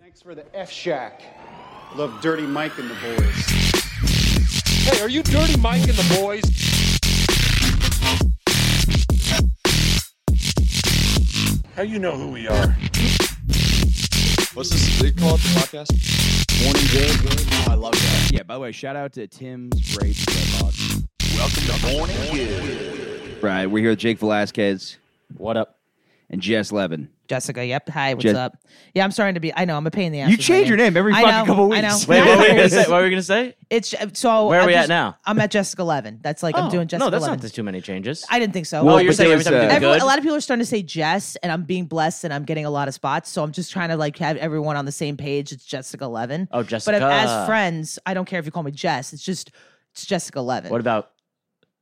Thanks for the F Shack. Love Dirty Mike and the boys. Hey, are you Dirty Mike and the boys? How you know who we are? What's this? They call it the podcast. Morning good. I love that. Yeah, by the way, shout out to Tim's Braids. Club Pod. Welcome to Morning Good. Right, we're here with Jake Velasquez What up? and Jess Levin. Jessica. Yep. Hi. What's Jes- up? Yeah, I'm starting to be. I know. I'm a pain in the ass. You with my change your name every I fucking know, couple weeks. I know. Wait, what were we Yeah. gonna say? What were we gonna say? It's uh, so. Where are I'm we at just- now? Oh, I'm at Jessica Eleven. That's like I'm doing Jessica. no, that's 11. not too many changes. I didn't think so. oh, Well, you're but saying there every was, time you do uh, Everyone- good. a lot of people are starting to say Jess, and I'm being blessed, and I'm getting a lot of spots. So I'm just trying to like have everyone on the same page. It's Jessica Eleven. Oh, Jessica. But as friends, I don't care if you call me Jess. It's just it's Jessica Eleven. what about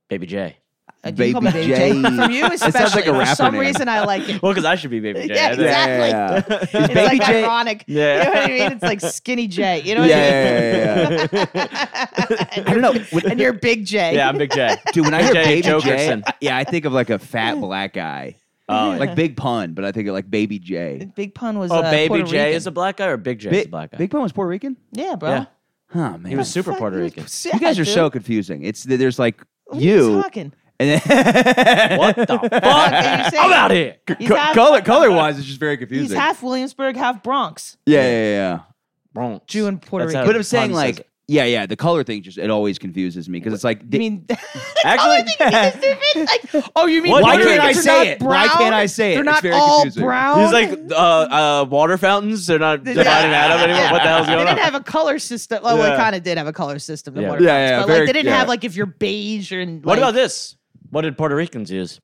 Baby J? Uh, you call me Baby J. J. From you especially. sounds like a For rapper some name. reason, I like it. Well, because I should be Baby J. Yeah, I think. exactly. yeah. It's Is Baby like J- ironic. Yeah. You know what I mean? It's like skinny J. You know Yeah, what I mean? yeah, yeah, yeah. I I don't know. When, And you're Big J. Yeah, I'm Big J. dude, when I hear Jay Baby J, Jokerson. I- yeah, I think of like a fat black guy, Oh, like Big Pun, but I think of like Baby J. Big Pun was. oh, uh, Baby Puerto J Rican. is a black guy or Big J is a Big, black guy? Big Pun was Puerto Rican, Yeah, bro. yeah, huh, man? he was super Puerto Rican. you guys are so confusing. It's there's like you, talking. and then what the Fuck, fuck? are you saying? I'm out here. He's Co- half- color color wise, it's just very He's confusing. half Williamsburg, half Bronx. yeah, yeah, yeah, yeah. Bronx. Jew and Puerto That's how Rican. But Pun I'm saying says like. it. Yeah, yeah, the color thing just it always confuses me because it's like I the- mean, Actually- like, oh, you mean What? Why Puerto Puerto can't I Ricans are say not it? Why Brown? can't I say it? They're It's not very all confusing. brown. He's like uh, uh, water fountains. They're not They- dividing that up anymore. What the hell's They going on? didn't have a color system. Oh, Yeah. it kind of did have a color system. The Yeah. water Yeah, fountains, yeah, But very- like, they didn't yeah. have like if you're beige or. Like, What about this? What did Puerto Ricans use?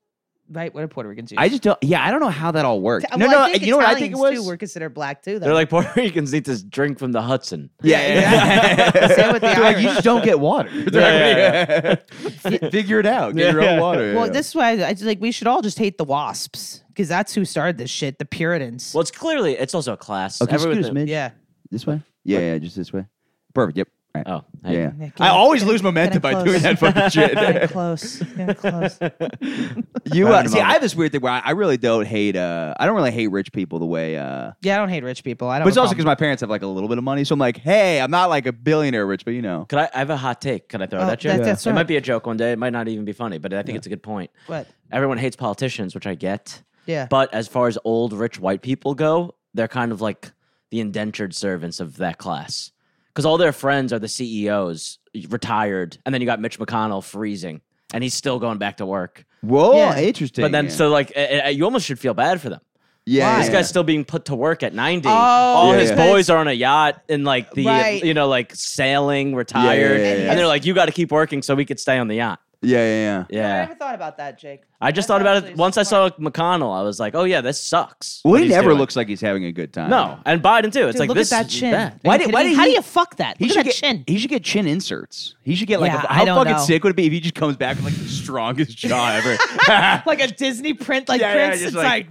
Right, what do Puerto Ricans use? I just don't. Yeah, I don't know how that all worked. Well, no, no. I think you know what I think it Italians, was? Too, were considered black too. Though. They're like Puerto Ricans need to drink from the Hudson. yeah, yeah. Yeah. Same with the They're like, you Irish. just don't get water. Yeah, F- Figure it out. Get your own water. Well, yeah. this is why I just, like we should all just hate the wasps because that's who started this shit. The Puritans. Well, it's clearly it's also a class. Oh, Okay, Everyone- excuse me. yeah. This way. Yeah, yeah, just this way. Perfect. Yep. All right. Oh, hey. Yeah. Yeah, I get- always get- lose momentum get by close. doing that fucking Get shit. close. Get close. you Right in uh, the see, I moment. have this weird thing where I, I really don't hate. Uh, I don't really hate rich people the way. Uh, Yeah, I don't hate rich people. I don't. but it's have a also because problem. my parents have like a little bit of money, so I'm like, hey, I'm not like a billionaire rich, but you know. Could I, I have a hot take? Could I throw Oh, it at you? that- that's It all might right. be a joke one day. It might not even be funny, but I think it's a good point. What? Everyone hates politicians, which I get. Yeah. But as far as old rich white people go, they're kind of like the indentured servants of that class. Because all their friends are the CEOs, retired, and then you got Mitch McConnell freezing, and he's still going back to work. Whoa, Yeah. interesting. But then, yeah. so like, eh, eh, you almost should feel bad for them. yeah, Why? This yeah. guy's still being put to work at 90. Oh, All his because- boys are on a yacht and like the, Right. you know, like sailing, retired. Yeah, yeah, yeah, yeah. And they're like, you got to keep working so we could stay on the yacht. yeah, yeah, yeah. I Yeah. never thought about that, Jake. I just That's thought about it actually once I saw smart. McConnell. I was like, oh, yeah, this sucks. Well, what he he's never doing. looks like he's having a good time. No. And Biden, too. It's Dude, like, look this at that is chin. bad. Why Why did- did, why did How he- do you fuck that? He Look should at that get chin. he should get chin inserts. He should get like Yeah, a, I how don't fucking know. sick would it be if he just comes back with like the strongest jaw ever. like a Disney print, like Yeah, yeah, Prince. just it's like- like,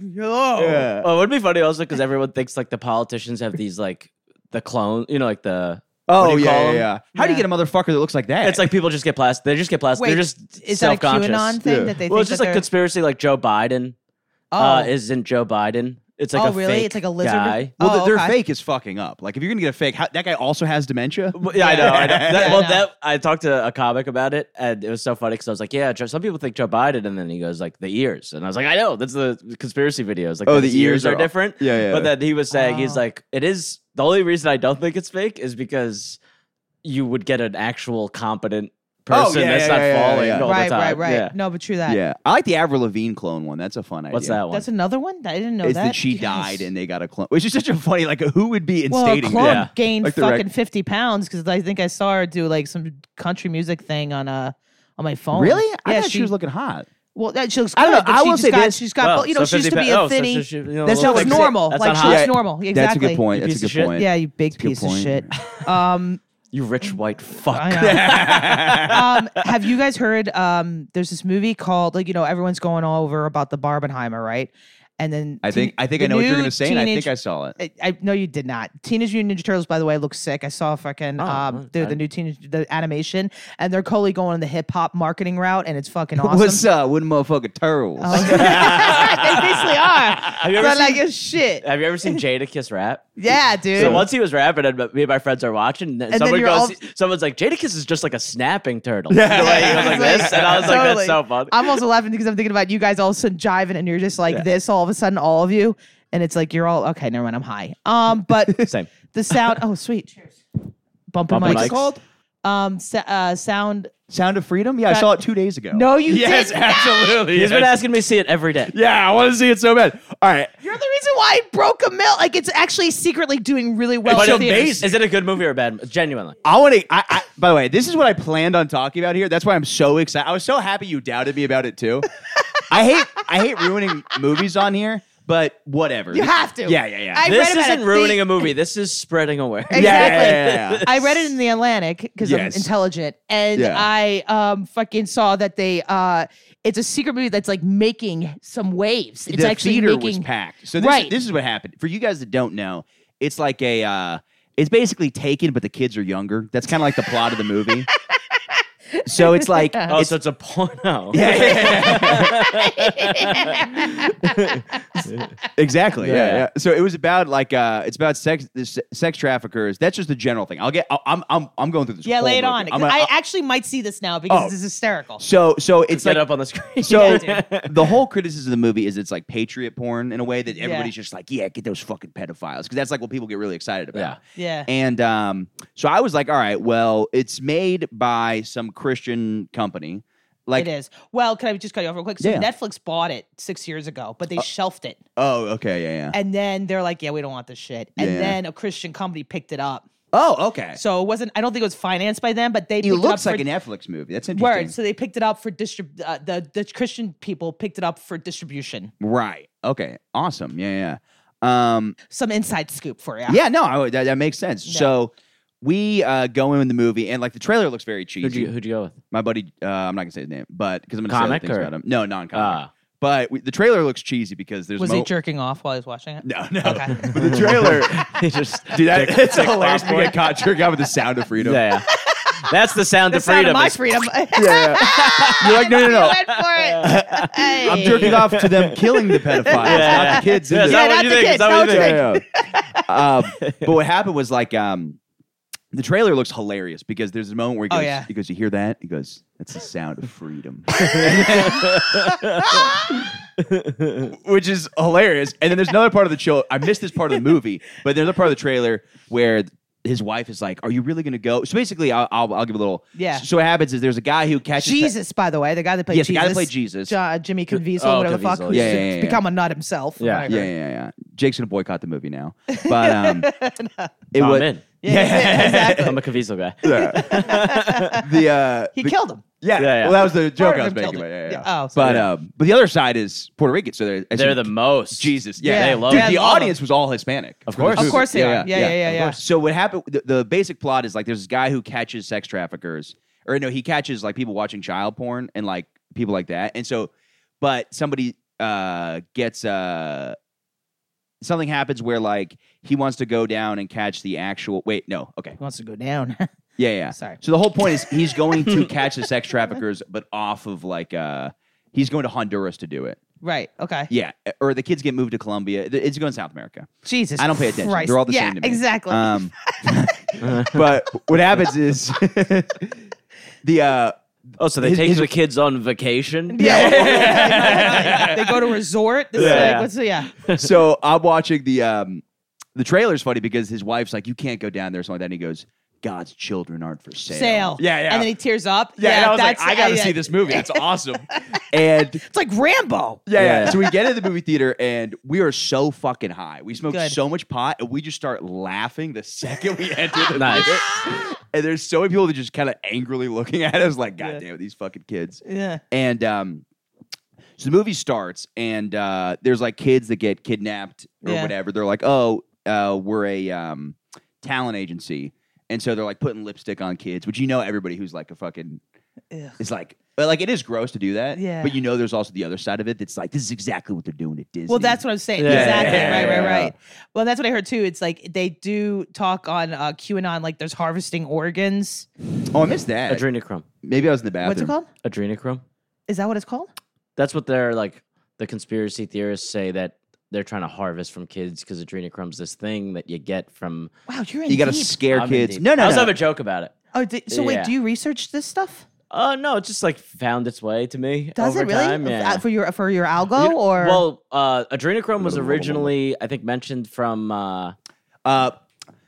no. Yeah. Oh, Well, it would be funny also because everyone thinks like the politicians have these like the clone, you know, like the. what Oh do you yeah, call yeah, him? yeah. How do you Yeah. get a motherfucker that looks like that? It's like people just get plastic. They just get plastic. Wait, They're just is that a self-conscious. QAnon thing Yeah. that they well, think it's just that like they're- conspiracy, like Joe Biden Oh, uh, isn't Joe Biden. It's like Oh, a really? fake It's like a lizard- guy. well, th- Oh, their okay. fake is fucking up. Like if you're gonna get a fake, how, that guy also has dementia. Well, yeah, I know. I know. That, Yeah, I well, know. that I talked to a comic about it, and it was so funny because I was like, "Yeah, Joe, some people think Joe Biden," and then he goes like, "The ears," and I was like, "I know." That's the conspiracy videos. Like, Oh, that the his ears are- are different. Yeah, yeah. But then he was saying, Oh. "He's like, it is the only reason I don't think it's fake is because you would get an actual competent Oh, person yeah, that's yeah, not yeah, yeah, falling yeah. all right, the time." right, right. Yeah. No, but true that. yeah, I like the Avril Lavigne clone one. That's a fun idea. What's that one? That's another one. I didn't know It's that. that she Yes. died and they got a clone, which is such a funny. Like who would be Well, a instating clone that? Yeah. gained Like the rec- fucking fifty pounds because I think I saw her do like some country music thing on uh on my phone. Really? I Yeah, thought she was looking hot. Well, that she looks. I Good, don't know. But I she will just say got, this- She's got. Well, you know, so she used 50 to be pa- a oh, so thinny. she- you know, That a She little sounds looks bit- like- normal. That's Like not she hot. looks Yeah, normal. Exactly. That's a good point. You That's a piece good of point. Yeah, you big good piece of point. shit. Um, You rich white fuck. I know. um, have you guys heard? Um, there's this movie called like you know everyone's going all over about the Barbenheimer, right? And then I think teen- I think the I know what you're new gonna say, and I teenage- think I saw it. I, I no, you did not. Teenage Mutant Ninja Turtles, by the way, looks sick. I saw fucking Oh, um, well, the, I- the new teenage the animation, and they're totally going the hip hop marketing route, and it's fucking awesome. What's up with motherfucking turtles? Oh, they basically are. Have you So ever I'm like seen- it's shit. Have you ever seen Jada Kiss rap? Yeah, dude. So once he was rapping, and me and my friends are watching, and, then someone you're goes, all- someone's like, Jadakiss is just like a snapping turtle. The way he was like this, and I was like, Totally. that's so funny. I'm also laughing because I'm thinking about you guys all of a sudden jiving, and you're just like this all of a sudden, all of you, and it's like you're all okay. Never mind, I'm high. Um, but Same. the sound. Oh, sweet. Cheers. Bumper, Bumper mics. mics. called? Um, sa- uh, sound. Sound of Freedom? Yeah, I That- saw it two days ago. No, you Yes, did. not. absolutely. He's been asking me to see it every day. yeah, I want to see it so bad. All right. You're the reason why it broke a mill. Like it's actually secretly doing really well. But in it- theaters. Is it a good movie or a bad? mo- Genuinely, I want to. I, I, by the way, this is what I planned on talking about here. That's why I'm so excited. I was so happy you doubted me about it too. I hate. I hate ruining movies on here, but whatever. You have to. Yeah, yeah, yeah. I this read about isn't it. ruining They- a movie. This is spreading awareness. Exactly. yeah, yeah, yeah. I read it in the Atlantic because Yes. I'm intelligent, and Yeah. I um fucking saw that they uh, it's a secret movie that's like making some waves. It's the actually theater was making packed. So this, Right. this is what happened. For you guys that don't know, it's like a. Uh, it's basically taken, but the kids are younger. That's kind of like the plot of the movie. So it's like Oh, it's so it's a porno. exactly. Yeah, Yeah. yeah. So it was about like uh, it's about sex this, sex traffickers. That's just the general thing. I'll get. I'll, I'm I'm I'm going through this. yeah, whole lay it movie. on. I'm gonna- I I'll- actually might see this now because Oh. this is hysterical. so so it's Get like up on the screen. so Yeah, the whole criticism of the movie is it's like patriot porn in a way that Yeah. everybody's just like, yeah, get those fucking pedophiles because that's like what people get really excited about. Yeah. Yeah. And um, so I was like, all right, well, it's made by some Christian company. Like, it is. Well, can I just cut you off real quick? So Yeah. Uh, Netflix bought it six years ago, but they shelved it. oh, okay, yeah, yeah. And then they're like, yeah, we don't want this shit. And Yeah. then a Christian company picked it up. Oh, okay. So So it wasn't, I don't think it was financed by them, but they it picked looks it up like for a Netflix movie. That's interesting. word. So they picked it up for distrib- uh, the, the Christian people picked it up for distribution. right. Okay. Awesome. Yeah, yeah. Um, Some inside scoop for you. yeah. No, I, would- that, that makes sense. Yeah. So we uh, go in the movie, and like the trailer looks very cheesy. Who'd you, who'd you go with? My buddy, uh, I'm not gonna say his name, but because I'm gonna say other Comic things or- about him. No, non-comic. Ah. but we, the trailer looks cheesy because there's Was mo- he jerking off while he was watching it? No, no. Okay. But the trailer, He just dude, that, Dick- it's dick hilarious. We popcorn. get caught jerking out with the sound of freedom. yeah. That's the sound The of sound freedom. of my is- freedom. yeah. You're like, no, no, no. Went for it. Hey. I'm jerking off to them killing the pedophiles, Yeah. not the kids. in Yeah, is the- that Yeah, what not you the think? Is kids, that what not you the think? Yeah, yeah. Um, but what happened was like um, the trailer looks hilarious because there's a moment where he Oh, goes, yeah. he goes, you hear that? He goes, that's the sound of freedom, which is hilarious. And then there's another part of the show. I missed this part of the movie, but there's another part of the trailer where. His wife is like, "Are you really going to go?" So basically, I'll, I'll, I'll give a little. Yeah. So what happens is there's a guy who catches that- Jesus, by the way, the guy that played Yes, the Jesus. guy that played Jesus. Jo- uh, Jimmy Caviezel, Oh, whatever the fuck, Caviezel, who's yeah, yeah, yeah, yeah. become a nut himself. Yeah. Whatever. Yeah, yeah, yeah, yeah. Jake's gonna boycott the movie now, but um, it Oh, was I'm in. Yeah, exactly. I'm a Caviezel guy. the uh, He the- killed him. Yeah, Yeah, yeah. well, that was the joke Part I of was him making. killed But, him. yeah, yeah. Yeah, oh, sorry. but um, but the other side is Puerto Rican, so they're, They're the most. Jesus. Yeah, Yeah. They love Dude, Yeah, it. the they love audience was all Hispanic. Of for this course. Of movie. course they are. Yeah, yeah, yeah, of yeah. course. So what happened? The, the basic plot is like there's this guy who catches sex traffickers, or no, he catches like people watching child porn and like people like that. And so, but somebody uh gets uh something happens where like he wants to go down and catch the actual. Wait, no, okay, He wants to go down. yeah, yeah. Sorry. So the whole point is he's going to catch the sex traffickers, but off of like uh he's going to Honduras to do it. Right. Okay. Yeah, or the kids get moved to Colombia. It's going to South America. Jesus. I don't pay attention. Christ. They're all the yeah, same to me. Exactly. Um, but what happens is the uh, Oh, so they His- take his- the kids on vacation? yeah. they go to resort. This is Yeah. like, what's the, yeah. so I'm watching the um, the trailer's funny because his wife's like, "You can't go down there," or something like that. And he goes, "God's children aren't for sale." Sale. Yeah, yeah. And then he tears up. yeah, and I was like, that's "I got to yeah. see this movie. That's awesome." and It's like Rambo. Yeah, yeah. Yeah. So we get into the movie theater and we are so fucking high. We smoked Good. so much pot and we just start laughing the second we enter the Nice. theater. And there's so many people that just kind of angrily looking at us like, God Yeah. damn it, these fucking kids. Yeah. And um, so the movie starts and uh, there's like kids that get kidnapped or Yeah. whatever. They're like, oh, uh, we're a um, talent agency. And so they're like putting lipstick on kids, which you know everybody who's like a fucking it's like well, like it is gross to do that. Yeah. But you know there's also the other side of it that's like this is exactly what they're doing at Disney. Well, that's what I'm saying. Yeah, exactly. yeah, right, yeah. right, right. Well, that's what I heard too. It's like they do talk on uh, QAnon, like there's harvesting organs. Oh, I missed that. Adrenochrome. Maybe I was in the bathroom. What's it called? Adrenochrome. Is that what it's called? That's what they're like. The conspiracy theorists say that they're trying to harvest from kids because adrenochrome's this thing that you get from. Wow, you're in You got to deep. scare I'm in kids. deep. No, no, I also no. have a joke about it. Oh, di- so wait, Yeah. do you research this stuff? Uh, no, it just like found its way to me. Does over it really Time. Uh, Yeah. for your for your algo or well, uh, adrenochrome was originally, I think, mentioned from uh, uh,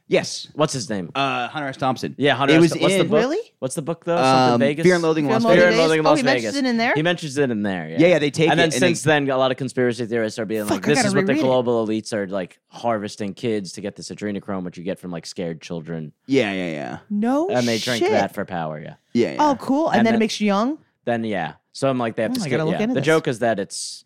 yes. what's his name? Uh, Hunter S. Thompson. Yeah, Hunter. It S. was What's the in- book? Really? What's the book though? Um, Something Vegas. Fear and Loathing in Fear Las and Vegas. Fear Loathing and Loathing in Oh, Las he Vegas. mentions it in there? He mentions it in there. Yeah, Yeah, yeah, they take and it then and they- since then, a lot of conspiracy theorists are being like, Fuck, I "This gotta is what the reread it." global elites are like harvesting kids to get this adrenochrome, which you get from like scared children, Yeah, yeah, yeah. no and they drink shit. that for power." Yeah. Yeah, yeah. Oh, cool. And, And then it then- makes you young. Then yeah, so I'm like, they have to. Oh, I sca- gotta look yeah. into the this. joke is that it's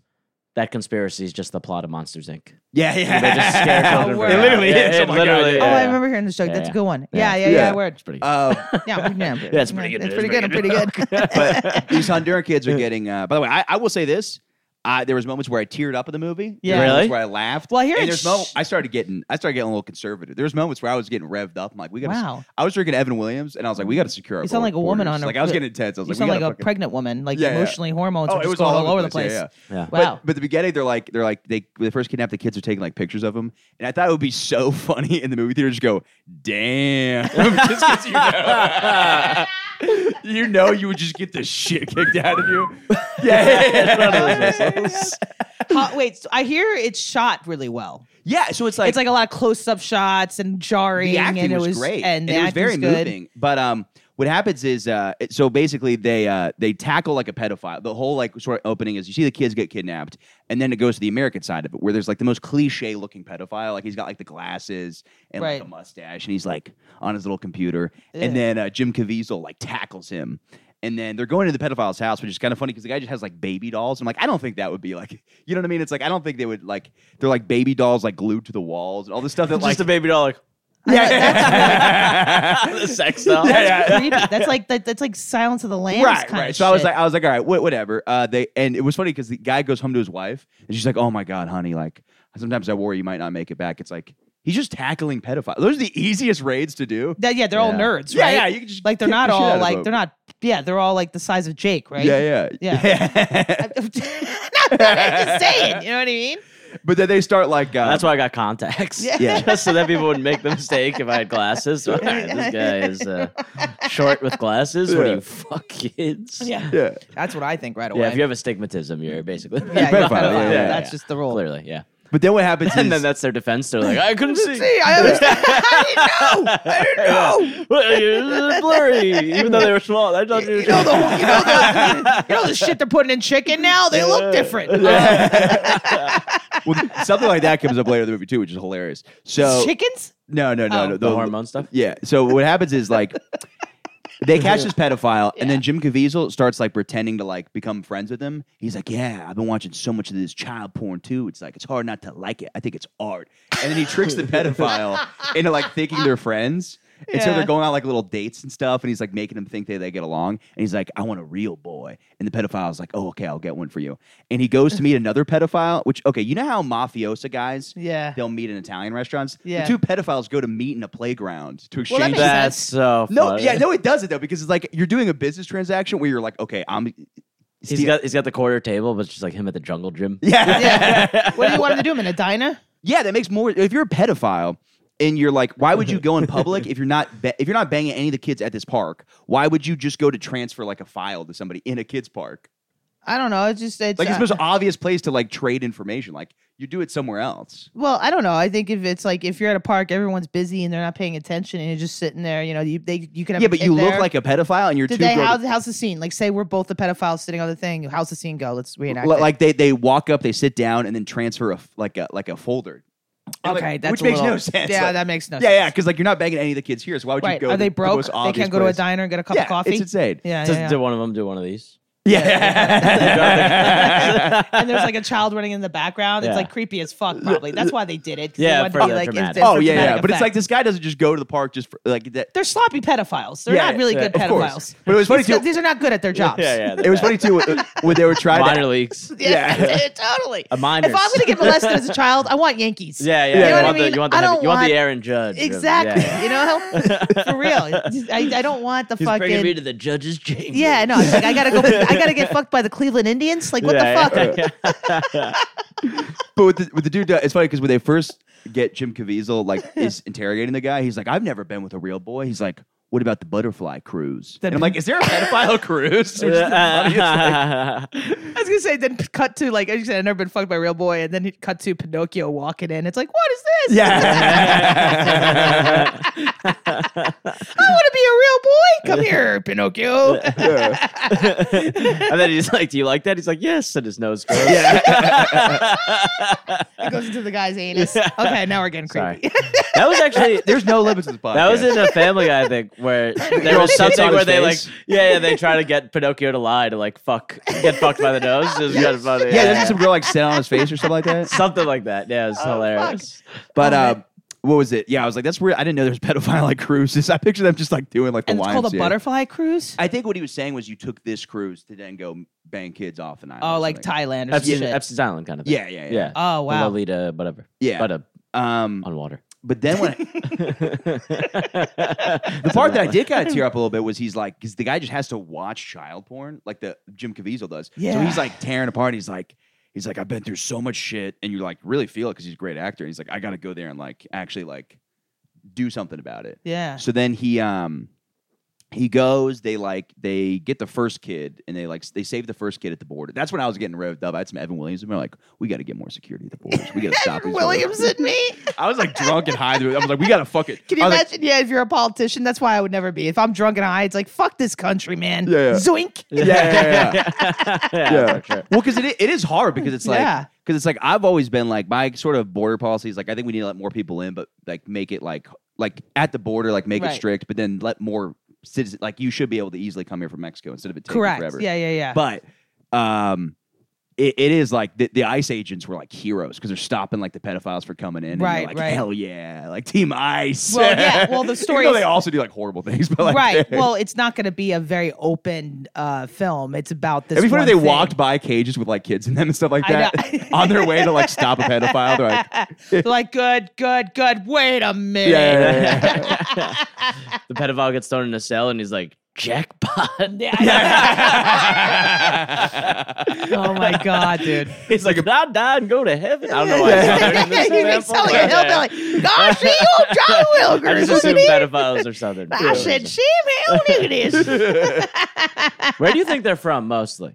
that conspiracy is just the plot of Monsters Inc. yeah, yeah. They just scare children. for It power. literally Yeah, is. it Oh my God, literally- yeah. Oh, I yeah. remember hearing this joke. Yeah, That's a yeah. good one. Yeah. Yeah, yeah, yeah. Yeah. word. It's pretty good. Uh, Yeah, yeah. Yeah, it's pretty good. It's It's pretty good. Pretty good. but these Honduran kids are getting. Uh, by the way, I, I will say this: I, there was moments where I teared up in the movie. There Yeah. were moments Really? Where I laughed. Well, I hear and it's- there's mo- I started getting. I started getting a little conservative. There was moments where I was getting revved up. I'm like, we got. Wow. I was drinking Evan Williams, and I was like, we got to secure. Our You sound like a woman borders. on a- Like I was getting intense. I was You like, sound we like gotta a fucking- pregnant woman. Like Yeah, yeah. emotionally, hormones Oh, are it just was going all all over the place. Yeah, Yeah. But, Wow. but the beginning, they're like, they're like, they when they first kidnapped the kids are taking like pictures of them, and I thought it would be so funny in the movie theater. Just go, damn, just 'cause you know, you know, you would just get the shit kicked out of you. Yeah, Hot- wait, so I hear it's shot really well. yeah. So it's like, it's like a lot of close-up shots and jarring, the acting and it was, great, and, the it was acting's very good. moving. But um, what happens is, uh, it- so basically they uh they tackle like a pedophile. The whole like sort of opening is you see the kids get kidnapped, and then it goes to the American side of it, where there's like the most cliche looking pedophile. Like he's got like the glasses and Right. like a mustache, and he's like on his little computer, Ugh. and then uh, Jim Caviezel like tackles him. And then they're going to the pedophile's house, which is kind of funny because the guy just has like baby dolls. I'm like, I don't think that would be like, you know what I mean? It's like I don't think they would like. They're like baby dolls, like glued to the walls and all this stuff that like just a baby doll, like Yeah, that's, the sex doll. that's creepy. That's like that, that's like Silence of the Lambs right, kind right. of so I was shit. like, I was like, all right, wh- whatever. Uh, they and it was funny because the guy goes home to his wife and she's like, oh my god, honey, like sometimes I worry you might not make it back. It's like he's just tackling pedophiles. Those are the easiest raids to do. That- yeah, they're all Yeah. nerds, Yeah, right? yeah, you can just like they're kick not the shit out all of like them. they're not. Yeah, they're all like the size of Jake, right? Yeah, yeah, yeah. no, no, I'm just saying. You know what I mean? but then they start like uh, That's why I got contacts. Yeah. Just so that people wouldn't make the mistake if I had glasses. All right, this guy is uh, short with glasses. What are Yeah. you, fuck kids? Yeah. Yeah. That's what I think right away. Yeah, if you have astigmatism, you're basically Yeah, You're you're pedophile, yeah, pedophile. yeah, That's just the rule. Clearly, yeah. But then what happens And is then that's their defense. They're like, I couldn't see. See, I understand. I didn't know. I didn't know. It's blurry, even though they were small. I thought you You know the whole- you know the you know the shit they're putting in chicken now. They look different. Uh, well, something like that comes up later in the movie too, which is hilarious. So Chickens? no, no, no, Oh. no. the hormone stuff. Yeah. So what happens is like they catch this pedophile, and then Jim Caviezel starts like pretending to like become friends with him. He's like, "Yeah, I've been watching so much of this child porn too. It's like it's hard not to like it. I think it's art." And then he tricks the pedophile into like thinking they're friends. And so Yeah. they're going on like little dates and stuff, and he's like making them think they, they get along. And he's like, I want a real boy. And the pedophile's like, Oh, okay, I'll get one for you. And he goes to meet another pedophile, which, okay, you know how mafiosa guys, Yeah. they'll meet in Italian restaurants? Yeah. The two pedophiles go to meet in a playground to exchange Well, that makes That's sense. so funny. no, yeah, no, it doesn't though because it's like you're doing a business transaction where you're like, okay, I'm. He's got he's got the quarter table, but it's just like him at the jungle gym. yeah, Yeah. What do you want them to do? them in a diner? yeah, that makes more. If you're a pedophile and you're like, why would you go in public if you're not ba- if you're not banging any of the kids at this park? Why would you just go to transfer like a file to somebody in a kids park? I don't know. It's just it's Like it's uh, the most obvious place to like trade information. Like you do it somewhere else. Well, I don't know. I think if it's like if you're at a park, everyone's busy and they're not paying attention, and you're just sitting there. You know, you they you can have yeah, a but kid you there. look like a pedophile and you're Did too they grown- how's, how's the scene? Like, say we're both the pedophiles sitting on the thing. How's the scene go? Let's reenact. Li- it. like they they walk up, they sit down, and then transfer a f- like a like a folder. And, like, okay, that's which a makes little- no sense. Yeah, Like- that makes no yeah, sense. yeah, because like you're not begging any of the kids here, so why would you Right? go? Are to they the broke? most they obvious can't go to a place? diner and get a cup yeah, of coffee. It's insane. yeah, Does, yeah, yeah. Did one of them do one of these? Yeah. and there's like a child running in the background. Yeah. It's like creepy as fuck, probably. That's why they did it. 'cause Yeah, they wanted for to be the like, is dramatic. this oh for yeah, yeah. dramatic But it's effect? like this guy doesn't just go to the park just for, like that. they're sloppy pedophiles. They're Yeah, not really yeah, good of course. pedophiles. But it was funny It's 'cause too- These are not good at their jobs. yeah, It was funny too when- when they were trying to Minor leagues. Yeah, totally. A minors. If I'm going to get molested as a child, I want Yankees. Yeah, yeah. You know you, what want I mean? the, you want the I heavy- don't you want the want- Aaron Judge. of- Exactly. yeah. You know, for real. I, I don't want the He's bringing me to fucking. the judge's chamber. Yeah, no. It's like I gotta go. I gotta get fucked by the Cleveland Indians. Like what Yeah, the fuck? yeah. But with the, with the dude, uh, it's funny because when they first get Jim Caviezel, like is interrogating the guy, he's like, "I've never been with a real boy." He's like, "What about the butterfly cruise?" and I'm like, "Is there a pedophile cruise?" Which is the funniest, like- I was gonna say then cut to like as you said, I've never been fucked by a real boy, and then it cut to Pinocchio walking in. It's like, what is this? I want to be a real boy. Come here, Pinocchio. and then he's like, "Do you like that?" He's like, "Yes." And his nose goes. it goes into the guy's anus. Okay, now we're getting creepy. That was actually There's no limits to this podcast. that was in a Family Guy, I think, where there Girl was sits something on where his they face. like, yeah, yeah, they try to get Pinocchio to lie to like fuck, get fucked by the nose. It was kind of funny. yeah, there's some girl like sitting on his face or something like that. something like that. Yeah, Oh, it's hilarious. But uh, what was it? Yeah, I was like, "That's weird." I didn't know there was pedophile like cruises. I picture them just like doing like the and it's called a YMCA. butterfly cruise. I think what he was saying was you took this cruise to then go bang kids off and Oh, like Thailand or Epstein, some shit. Epstein's Island kind of thing. Yeah, yeah, yeah. yeah. Oh The wow. Lolita, whatever. Yeah. but uh, Um, on water. but then when the part that I did kind of tear up a little bit was he's like, because the guy just has to watch child porn, like the Jim Caviezel does. So Yeah. he's like tearing apart. He's like, he's like, I've been through so much shit, and you like really feel it because he's a great actor. And he's like, I got to go there and like actually like do something about it. Yeah. So then he um he goes. They like they get the first kid, and they like they save the first kid at the border. That's when I was getting revved up. I had some Evan Williams, and we're like, we got to get more security at the borders. We got to stop these Williams and me. I was like drunk and high. I was like, we got to fuck it. Can you I was like, imagine? yeah, if you're a politician, that's why I would never be. If I'm drunk and high, it's like fuck this country, man. Yeah, yeah. Zoink. yeah, yeah, yeah. yeah. yeah. for sure. Well, because it, i- it is hard because it's like Yeah. because it's like I've always been like my sort of border policy is like I think we need to let more people in, but like make it like like at the border like make Right. it strict, but then let more citizens like you should be able to easily come here from Mexico instead of it taking Correct. forever. Yeah, yeah, yeah. But um, it, it is like the, the ICE agents were like heroes because they're stopping like the pedophiles for coming in. and you're Right, like, right. Hell yeah, like Team ICE. Well, yeah, well, the story Even though is- they also do like horrible things, but like right. they're- Well, it's not going to be a very open uh, film. It's about this. It'd be funny if one they thing. walked by cages with like kids in them and stuff like I know. that on their way to like stop a pedophile. They're like, They're like, good, good, good. Wait a minute. yeah, yeah, yeah, yeah. The pedophile gets thrown in a cell, and he's like, jackpot. Yeah, I know. oh my god, dude! He's like, did I die and go to heaven? I don't know why. you make sound like a hillbilly. Gosh, you John I Wilkers. just Look assume at him. pedophiles are southern. I said, see him. Look at this. Where do you think they're from mostly?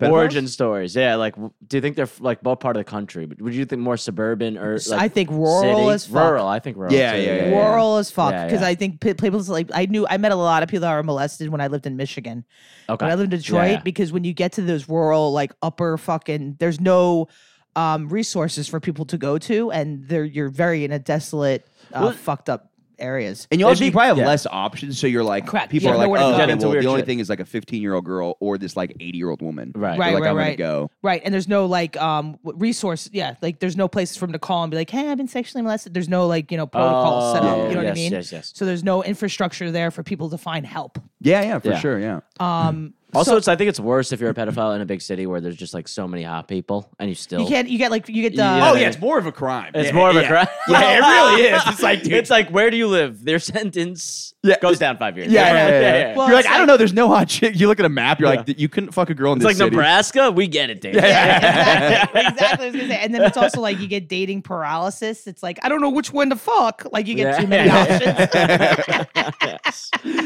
Pedophiles? Origin stories, yeah. Like, w- do you think they're f- like both part of the country? But would you think more suburban or S- like, I think rural city? as fuck. Rural, I think rural. Yeah, too, yeah, yeah, yeah. Rural as fuck. Yeah, Because yeah. I think pe- people like I knew I met a lot of people that were molested when I lived in Michigan. Okay. When I lived in Detroit, yeah. because when you get to those rural, like upper fucking, there's no um, resources for people to go to, and they're you're very in a desolate, uh, Well- fucked up areas. And you also It'd you be- probably have yeah. less options, so you're like Correct. people You are have like, nowhere to oh, go. okay, Get into well, the weird only shit. thing is like a 15 year old girl or this like 80 year old woman. Right. They're Right, like right, I'm right. gonna go. Right. And there's no like um w- resource. Yeah. Like there's no places for them to call and be like, hey, I've been sexually molested. There's no like, you know, protocol set up. Oh, You know what I yes, mean? yes, yes. So there's no infrastructure there for people to find help. Yeah, yeah, for Yeah. sure, yeah. Um Also, so it's I think it's worse if you're a pedophile in a big city where there's just like so many hot people and you still. you can't you get like you get the Oh. Yeah. Oh, yeah. it's more of a crime. It's Yeah, more of a yeah. crime. Yeah, it really is. It's like, dude, it's like where do you live? Their sentence Yeah. goes down five years. yeah, yeah, yeah, yeah. Well, you're like, it's I don't like- know. There's no hot chick. You look at a map. You're like, you couldn't fuck a girl in It's this like city. Nebraska. We get it, Dave. exactly. exactly. I was gonna say. And then it's also like you get dating paralysis. It's like I don't know which one to fuck. Like you get Yeah. too many options.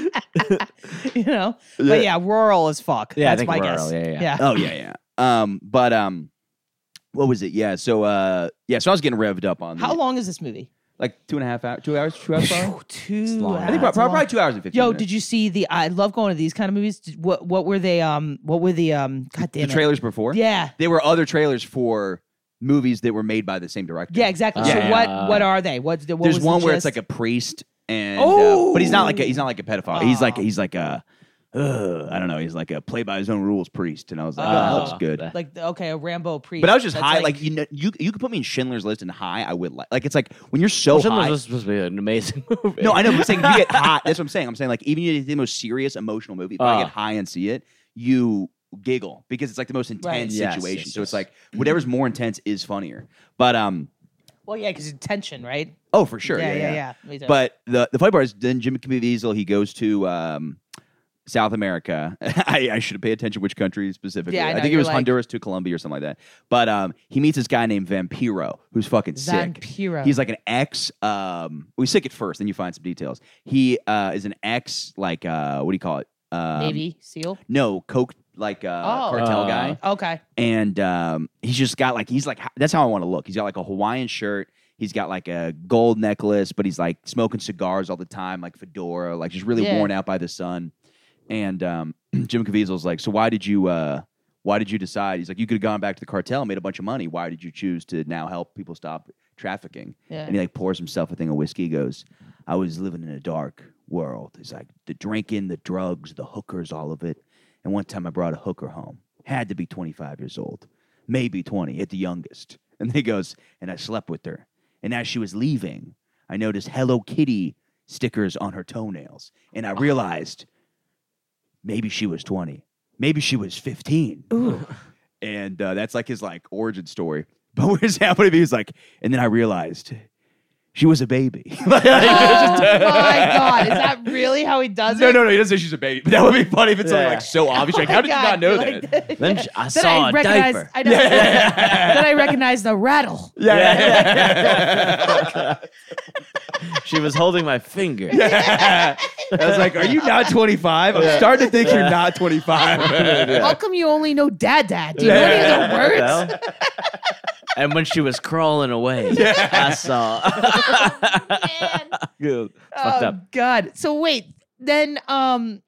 you know. But yeah, rural as fuck. Yeah, I That's think my rural. guess. Yeah, yeah, yeah. Oh yeah, yeah. Um, but um, what was it? Yeah. So uh, yeah. So I was getting revved up on How the- long is this movie? Like two and a half hours. Two hours. Two hours. probably? Two. long. I think hours. probably, probably two hours and fifteen. Yo, minutes. did you see the? I love going to these kind of movies. Did, what what were they? Um, what were the um? God damn the it. trailers before? Yeah, There were other trailers for movies that were made by the same director. yeah, exactly. so Yeah. what what are they? What, what There's was one the where it's gist? like a priest and uh, but he's not like a, Oh. he's not like a pedophile. He's like he's like a "Ugh," I don't know. He's like a play by his own rules priest, and I was like, oh, that looks good. Like okay, a Rambo priest. But I was just That's high. Like, you know, you you could put me in Schindler's List and high. I would like. Like it's like when you're so Schindler's high. List was supposed to be an amazing movie. Oh, No, I know. But I'm saying if you get high. That's what I'm saying. I'm saying like even if it's the most serious emotional movie, if I Ah. get high and see it, you giggle because it's like the most intense Yes, situation. yes, So it's yes. like whatever's more intense is funnier. But um, well, yeah, because it's tension, right? oh for sure, Yeah, yeah, yeah, yeah. Me too. But the the funny part is then Jimmy Kimmy Diesel he goes to um. South America. I, I should pay attention which country specifically. Yeah, I know, think it you're was like- Honduras to Colombia or something like that. But um, he meets this guy named Vampiro, who's fucking sick. Vampiro. He's like an ex. Um, we sick at first, then you find some details. He uh, is an ex, like uh, what do you call it? Um, Navy SEAL. No, coke like uh, Oh. cartel Uh. guy, Okay. and um, he's just got like he's like that's how I want to look. He's got like a Hawaiian shirt. He's got like a gold necklace, but he's like smoking cigars all the time, like fedora, like just really Yeah. worn out by the sun. And um, Jim Caviezel's like, so why did you? Uh, why did you decide? He's like, you could have gone back to the cartel, and made a bunch of money. Why did you choose to now help people stop trafficking? Yeah. And he like pours himself a thing of whiskey. He Goes, I was living in a dark world. He's like the drinking, the drugs, the hookers, all of it. And one time I brought a hooker home. Had to be 25 years old, maybe 20 at the youngest. And then he goes, and I slept with her. And as she was leaving, I noticed Hello Kitty stickers on her toenails, and I realized maybe she was 20, maybe she was 15 and uh, that's like his like origin story. But what is happening? to me is like, and then I realized she was a baby. Like, Oh my god! Is that really how he does No, it? no, no. He doesn't say she's a baby. That would be funny if it's something Yeah. like so obvious. Like, how did you not know that? Then sh- I saw a recognize, diaper. I know, then I recognize the rattle. Yeah. she was holding my finger. I was like, "Are you not 25? I'm starting to think you're not 25." How come you only know dad dad? Do you know any other words? Well, and when she was crawling away, I saw. Good. Fucked oh up. god. So wait, then um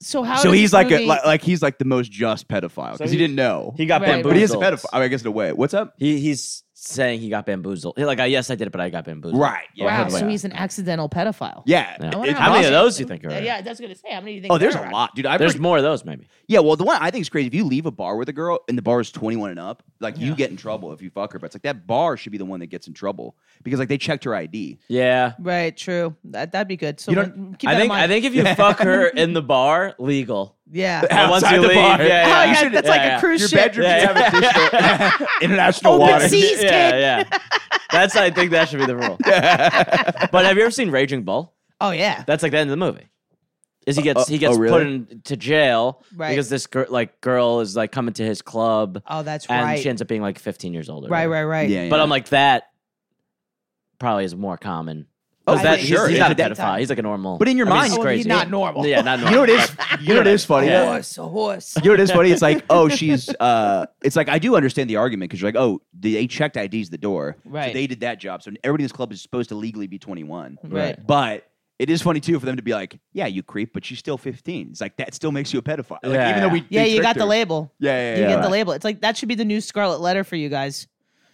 so how so does he's this like, a, movie- like, like he's like the most just pedophile because he, didn't know, He got Right. bamboozled. but he is a pedophile. I, mean, I guess in a way. What's up? He, he's saying he got bamboozled. He's like, "Oh, yes, I did it, but I got bamboozled. Right. Yeah. Wow, Yeah. so he's an accidental pedophile. Yeah. Yeah. I wonder It's- How many of much- those do you think are? Uh, Yeah, that's gonna say. How many do you think? Oh, there's there a are? lot, dude. I've There's heard- more of those, maybe. yeah. Well, the one I think is crazy. If you leave a bar with a girl and the bar is 21 and up, like you get in trouble if you fuck her. But it's like that bar should be the one that gets in trouble because like they checked her ID. Yeah. Right, true. That that'd be good. So You don't- when- keep I that in think mind. I think if you fuck her in the bar, legal. yeah. But once you leave, yeah, yeah, Oh, yeah. yeah, that's like a yeah. cruise Your ship. bedroom Yeah, should have additional international Open water. sea- Seas, yeah, kid. yeah. That's I think that should be the rule. but have you ever seen Raging Bull? Oh yeah. That's like the end of the movie. Is he gets oh, he gets oh, put really? into jail Right. because this girl like girl is like coming to his club Oh, that's and right. she ends up being like 15 years old. or Right, whatever. right, right. Yeah, yeah. But I'm like that probably is more common. 'Cause Oh, that, for he's, sure. he's It's not a a dead pedophile. time. He's like a normal. But in your I mean, mind- he's Oh, he's crazy. not normal. Yeah, not you know normal. what is? You know what is funny? Yeah. though? horse, a horse. You know what is funny? It's like, oh, she's. uh It's like I do understand the argument because you're like, oh, they checked IDs at the door, so Right. they did that job, so everybody in this club is supposed to legally be 21, Right. But it is funny too for them to be like, yeah, you creep, but she's still 15. It's like that still makes you a pedophile, like, Yeah. even though we Yeah, they you got tricked the her. label. Yeah, yeah, yeah. You get the Right. label. It's like that should be the new scarlet letter for you guys.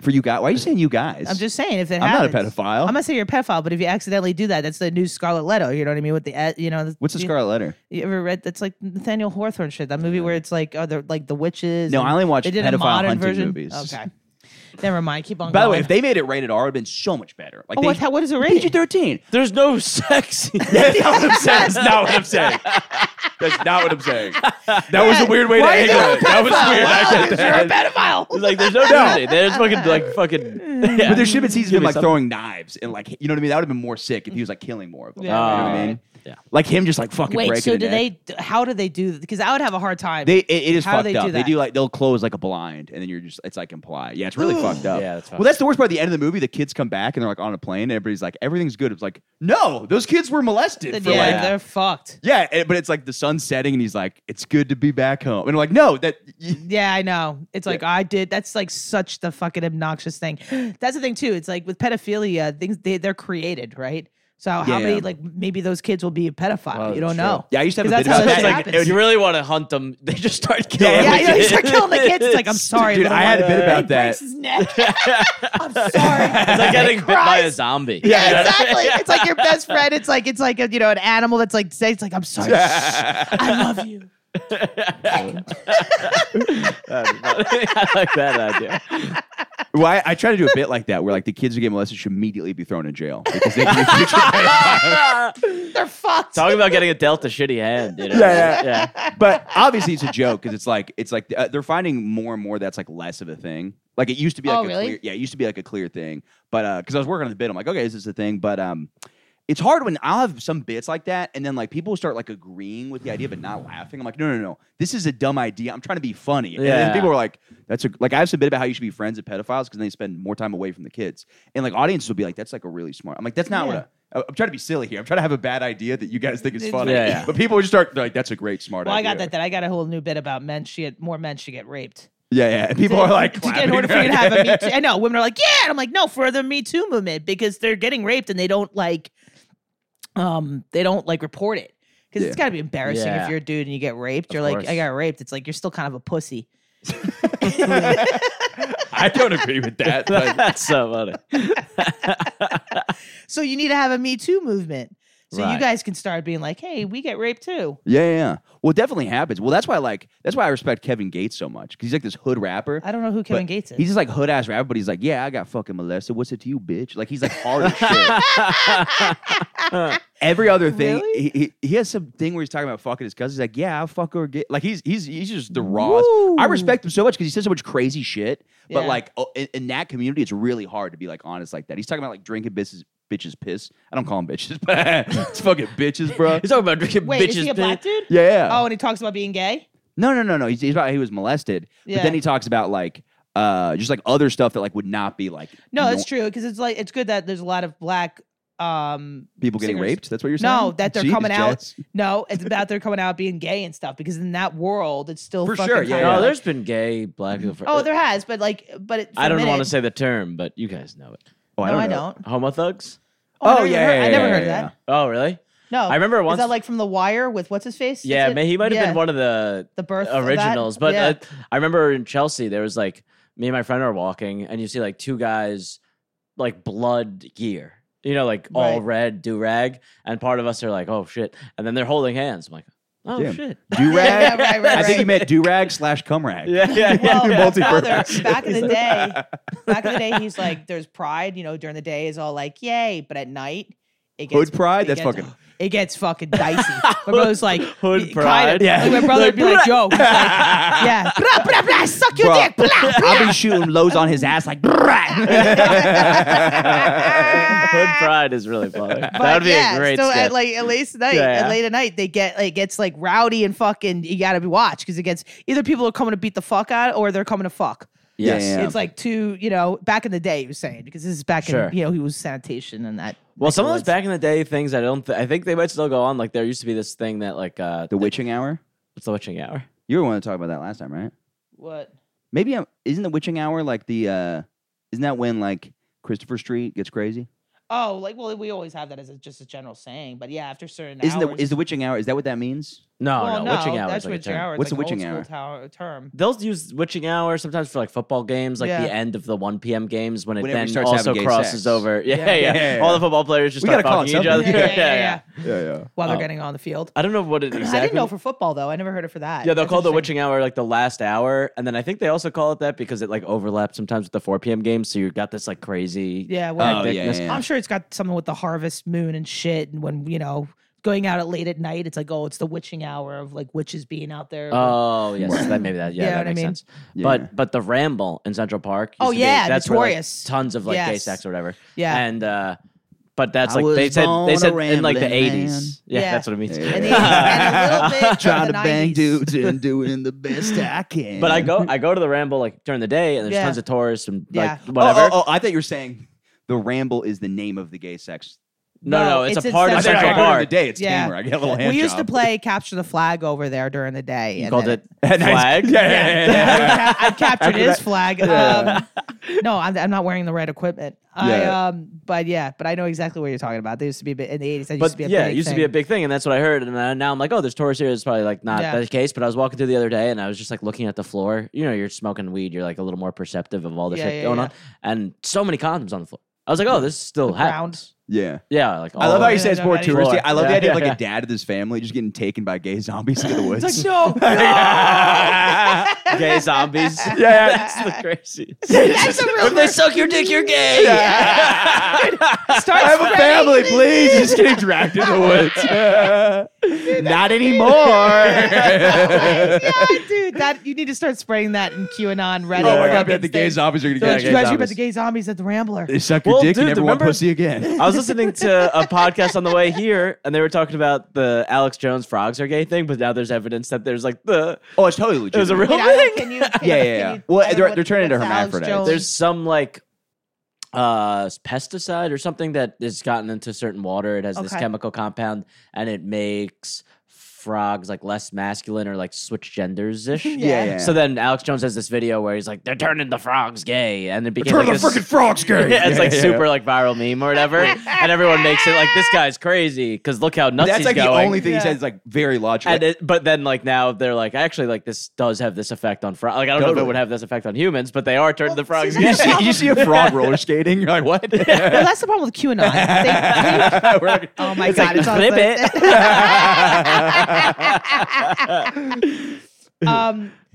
for you guys. Why are you saying you guys? I'm just saying if it I'm not a happens. pedophile. I'm not saying you're a pedophile, but if you accidentally do that, that's the new Scarlet Letter. You know what I mean? With the uh, you know What's the you- scarlet letter? You, ever read? That's like Nathaniel Hawthorne shit. That movie where it's like oh, they're like the witches. No, and I only watched they did a pedophile modern hunting version. movies. Okay, never mind. Keep on. By the going. way, if they made it rated R, it would have been so much better. Like oh, they, what, how- what is it rated? PG thirteen. There's no sex. That's not what I'm saying. That's not what I'm saying. That's not what I'm saying. That was a weird way to Why are you angle it. That was weird. I Wow, get dude, that. you're a pedophile. It's like there's no nudity. They're just fucking like fucking. Mm. Yeah. But there should have been seasons of him me like something. throwing knives and like you know what I mean. That would have been more sick if he was like killing more of them. Yeah. You know what I Oh. mean? Yeah. Like him just like fucking Wait, breaking. so a do neck. they? How do they do? Because I would have a hard time. They it, it is How do fucked they up. do They that? do like they'll close like a blind and then you're just it's like implied. Yeah, it's really fucked up. Yeah, that's well, that's the worst part. At the end of the movie, the kids come back and they're like on a plane. And everybody's like everything's good. It's like no, those kids were molested. Then, for yeah, like they're fucked. yeah, and- but it's like the sun's setting and he's like it's good to be back home. And I'm like no that. Yeah, I know. It's like I did. That's like such the fucking obnoxious thing. That's the thing too. It's like with pedophilia, things they they're created, right? So how Yeah, many yeah. like maybe those kids will be a pedophile? Well, you don't true. know. Yeah, I used to have a Because bit that's about that. how that like, happens. if you really want to hunt them, they just start killing. yeah, yeah, the you know, you start kids. killing the kids. It's like I'm sorry, Dude, but I I'm had a like, bit about he breaks that. his neck. I'm sorry. It's like getting bit by a Christ. zombie. Yeah, exactly. It's like your best friend. It's like it's like a, you know an animal that's like says like I'm sorry. I love you. I like that idea. Well, I, I try to do a bit like that where like the kids who get molested should immediately be thrown in jail because they can be future pedophiles. They're fucked. Talk about getting a dealt a shitty hand. You know? Yeah, yeah. But obviously, it's a joke because it's like it's like uh, they're finding more and more that's like less of a thing. Like it used to be like Oh, a really? clear, yeah, it used to be like a clear thing. But because I was working on the bit, I'm like, okay, is this a thing? But um, it's hard when I'll have some bits like that, and then like people start like agreeing with the idea but not laughing. I'm like, no, no, no, this is a dumb idea. I'm trying to be funny. And then Yeah. people are like, that's a like I have some bit about how you should be friends with pedophiles because they spend more time away from the kids, and like audiences will be like, that's like a really smart. I'm like, that's not what. Yeah. A, I- I'm trying to be silly here. I'm trying to have a bad idea that you guys think is It's- funny. Yeah, yeah. But people would just start they're like, that's a great smart Well, I idea. got that. That I got a whole new bit about men. She get more men should get raped. Yeah, yeah. And people to- are like, to get in clapping. order for you to have a Me Too. I know women are like, yeah, and I'm like, no, for the Me Too movement because they're getting raped and they don't like, um, they don't like report it because Yeah. it's got to be embarrassing Yeah. if you're a dude and you get raped. you're course. like, I got raped. It's like you're still kind of a pussy. I don't agree with that. But That's so funny. So you need to have a Me Too movement. So Right. you guys can start being like, hey, we get raped too. Yeah, yeah, yeah. Well, it definitely happens. Well, that's why, like, that's why I respect Kevin Gates so much because he's like this hood rapper. I don't know who but Kevin Gates is. He's just like hood ass rapper, but he's like, yeah, I got fucking molested. What's it to you, bitch? Like, he's like hard as shit. Every other thing, Really? he, he, he has some thing where he's talking about fucking his cousin. He's like, yeah, I fuck her. Get. Like, he's he's he's just the rawest. I Woo. respect him so much because he says so much crazy shit. But Yeah. like oh, in, in that community, it's really hard to be like honest like that. He's talking about like drinking bitches, bitches piss. I don't call them bitches, but it's fucking bitches, bro. He's talking about drinking Wait, bitches. is he a pee. black dude? Yeah, yeah. Oh, and he talks about being gay. No, no, no, no. He's, he's about how he was molested. But Yeah. then he talks about like uh just like other stuff that like would not be like No, nor- it's true because it's like it's good that there's a lot of black um people getting singers. raped. That's what you're saying. No, that they're Jeez, coming out. Jets. No, it's about they're coming out being gay and stuff because in that world it's still For fucking sure, yeah, high. yeah. No, there's been gay black people. For, Oh, there has, but like, but it, I don't forbidden. want to say the term, but you guys know it. Oh, I no, don't. I know. don't. Homo thugs. Oh, I Oh, never yeah, heard- yeah, I never yeah, heard yeah, of that. Oh, really? No, I remember once- Is that like from The Wire with what's his face? Yeah, That's it? man, he might have Yeah. been one of the The birth of that, originals. But yeah. uh, I remember in Chelsea, there was like me and my friend are walking, and you see like two guys, like blood gear, you know, like all Right. red do rag, and part of us are like, oh shit, and then they're holding hands. I'm like, oh Damn. shit, Do Yeah, rag. right, right, I think right. he meant do rag slash cum rag. yeah, yeah, yeah. well, brother, multi-purpose. back in the day, back in the day, he's like, there's pride, you know, during the day is all like, yay, but at night, it gets Hood pride? it That's gets- fucking- It gets fucking dicey. My brother's like Hood kind pride? Of, Yeah. like my brother would be like, yo, he's like, yeah, blah blah blah, suck your Bro, dick, blah. I'll be shooting lows on his ass like. Hood pride is really funny. But that would be yeah, a great so skit. at like at late at night, Yeah, yeah. at late at night, they get like gets like rowdy and fucking. You gotta be watched because it gets either people are coming to beat the fuck out or they're coming to fuck. Yes. Yeah. It's like two, you know, back in the day, he was saying because this is back Sure. in, you know, he was sanitation and that. well, some of those Woods. back in the day things I don't. Th- I think they might still go on. Like there used to be this thing that like uh, the witching hour. what's the witching hour? You were one to talk about that last time, right? What? Maybe I'm, isn't the witching hour like the? uh Isn't that when like Christopher Street gets crazy? Oh, like well, we always have that as a, just a general saying, but yeah, after certain Isn't hours. the is the witching hour? Is that what that means? No, well, no, witching hour. That's is like a witching term. hour. It's What's like the an witching old hour? school tower- term? They'll use witching hour sometimes for like football games, like the Yeah. end of the 1 p.m. games when it Whenever it then starts having also gay crosses sex. over. Yeah yeah, Yeah. Yeah, yeah, All yeah. the football players just We start gotta call it fucking each other. something. Yeah, yeah, yeah, yeah. Yeah, yeah. While they're Oh. getting on the field. I don't know what it exactly. I didn't know for football though. I never heard it for that. yeah, they'll That's call the interesting. witching hour like the last hour, and then I think they also call it that because it like overlaps sometimes with the 4 p.m. game. So you got this like crazy. Yeah, Oh, well, yeah, yeah, yeah. I'm sure it's got something with the harvest moon and shit. And when you know, going out at late at night, it's like, oh, it's the witching hour of like witches being out there. Oh yes, that maybe that yeah, Yeah, that what I makes mean? sense. Yeah. But but the Ramble in Central Park. used Oh, to be- yeah, that's where, like, notorious. tons of like gay Yes. sex or whatever. Yeah. and uh, but that's I like they was said born they a said in like the rambling '80s. Yeah, Yeah. that's what it means. And, the, and a little bit Trying of to the bang 90s. dudes and doing the best I can. But I go I go to the Ramble like during the day, and there's Yeah. tons of tourists and Yeah. like whatever. Oh, oh, oh, I thought you were saying the ramble is the name of the gay sex. No, no, No, it's, it's a in part of Central Central Park. Park. Today it's Yeah. tamer. I get a little hand we used to job. play capture the flag over there during the day. You and called then it flag. Yeah, yeah, yeah, yeah, yeah. I I captured After his that- flag. Um, no, I'm, I'm not wearing the right equipment. Yeah. I, um, but yeah, but I know exactly what you're talking about. They used to be a bit in the 80s. That used But to be a yeah, big it used thing. to be a big thing, and that's what I heard. And uh, now I'm like, oh, there's tourists here. It's probably like not Yeah. the case. But I was walking through the other day, and I was just like looking at the floor. You know, you're smoking weed. You're like a little more perceptive of all the Yeah, shit yeah, going yeah. on, and so many condoms on the floor. I was like, oh, this still ground. happens. Yeah. Yeah, like all I love how Oh, yeah, you say it's yeah, more yeah, touristy. yeah. I love the Yeah, idea of like yeah. a dad of this family just getting taken by gay zombies into the woods. It's like no, no. gay zombies. yeah. that's the craziest. That's a real if they suck your dick, you're gay. Start I have a spreading. family, please. Just getting dragged in the woods. Not Oh anymore. yeah, dude, that you need to start spreading that in QAnon Reddit. Oh my god, I fucking bet the gay thing. zombies are gonna Don't get you gay guys hear zombies. about the gay zombies at the Rambler? They suck your Well, dick dude, and everyone remember- pussy again. I was listening to a podcast on the way here, and they were talking about the Alex Jones frogs are gay thing, but now there's evidence that there's like the oh, it's totally legit. it was a real Wait, I don't- thing. can you- can- Yeah, yeah, can yeah. you- Well, I don't they're- know they're turning into what's Alex hermaphrodites. Jones? There's some like uh pesticide or something that has gotten into certain water. It has this Okay. chemical compound, and it makes frogs like less masculine or like switch genders ish. yeah, yeah. So then Alex Jones has this video where he's like, "They're turning the frogs gay," and it became Turn like the this- freaking frogs gay. Yeah, it's like Yeah, yeah. super like viral meme or whatever, and everyone makes it like this guy's crazy because look how nuts That's he's like going. the only thing Yeah. he says is like very logical. and it, but then like now they're like actually like this does have this effect on frogs. Like I don't know if it Totally. would have this effect on humans, but they are turning the Well, see, frogs. that's gay. you, see, you see a frog roller skating, you're like, what? Well, that's the problem with QAnon. They- oh my It's like, god, it's all flip um,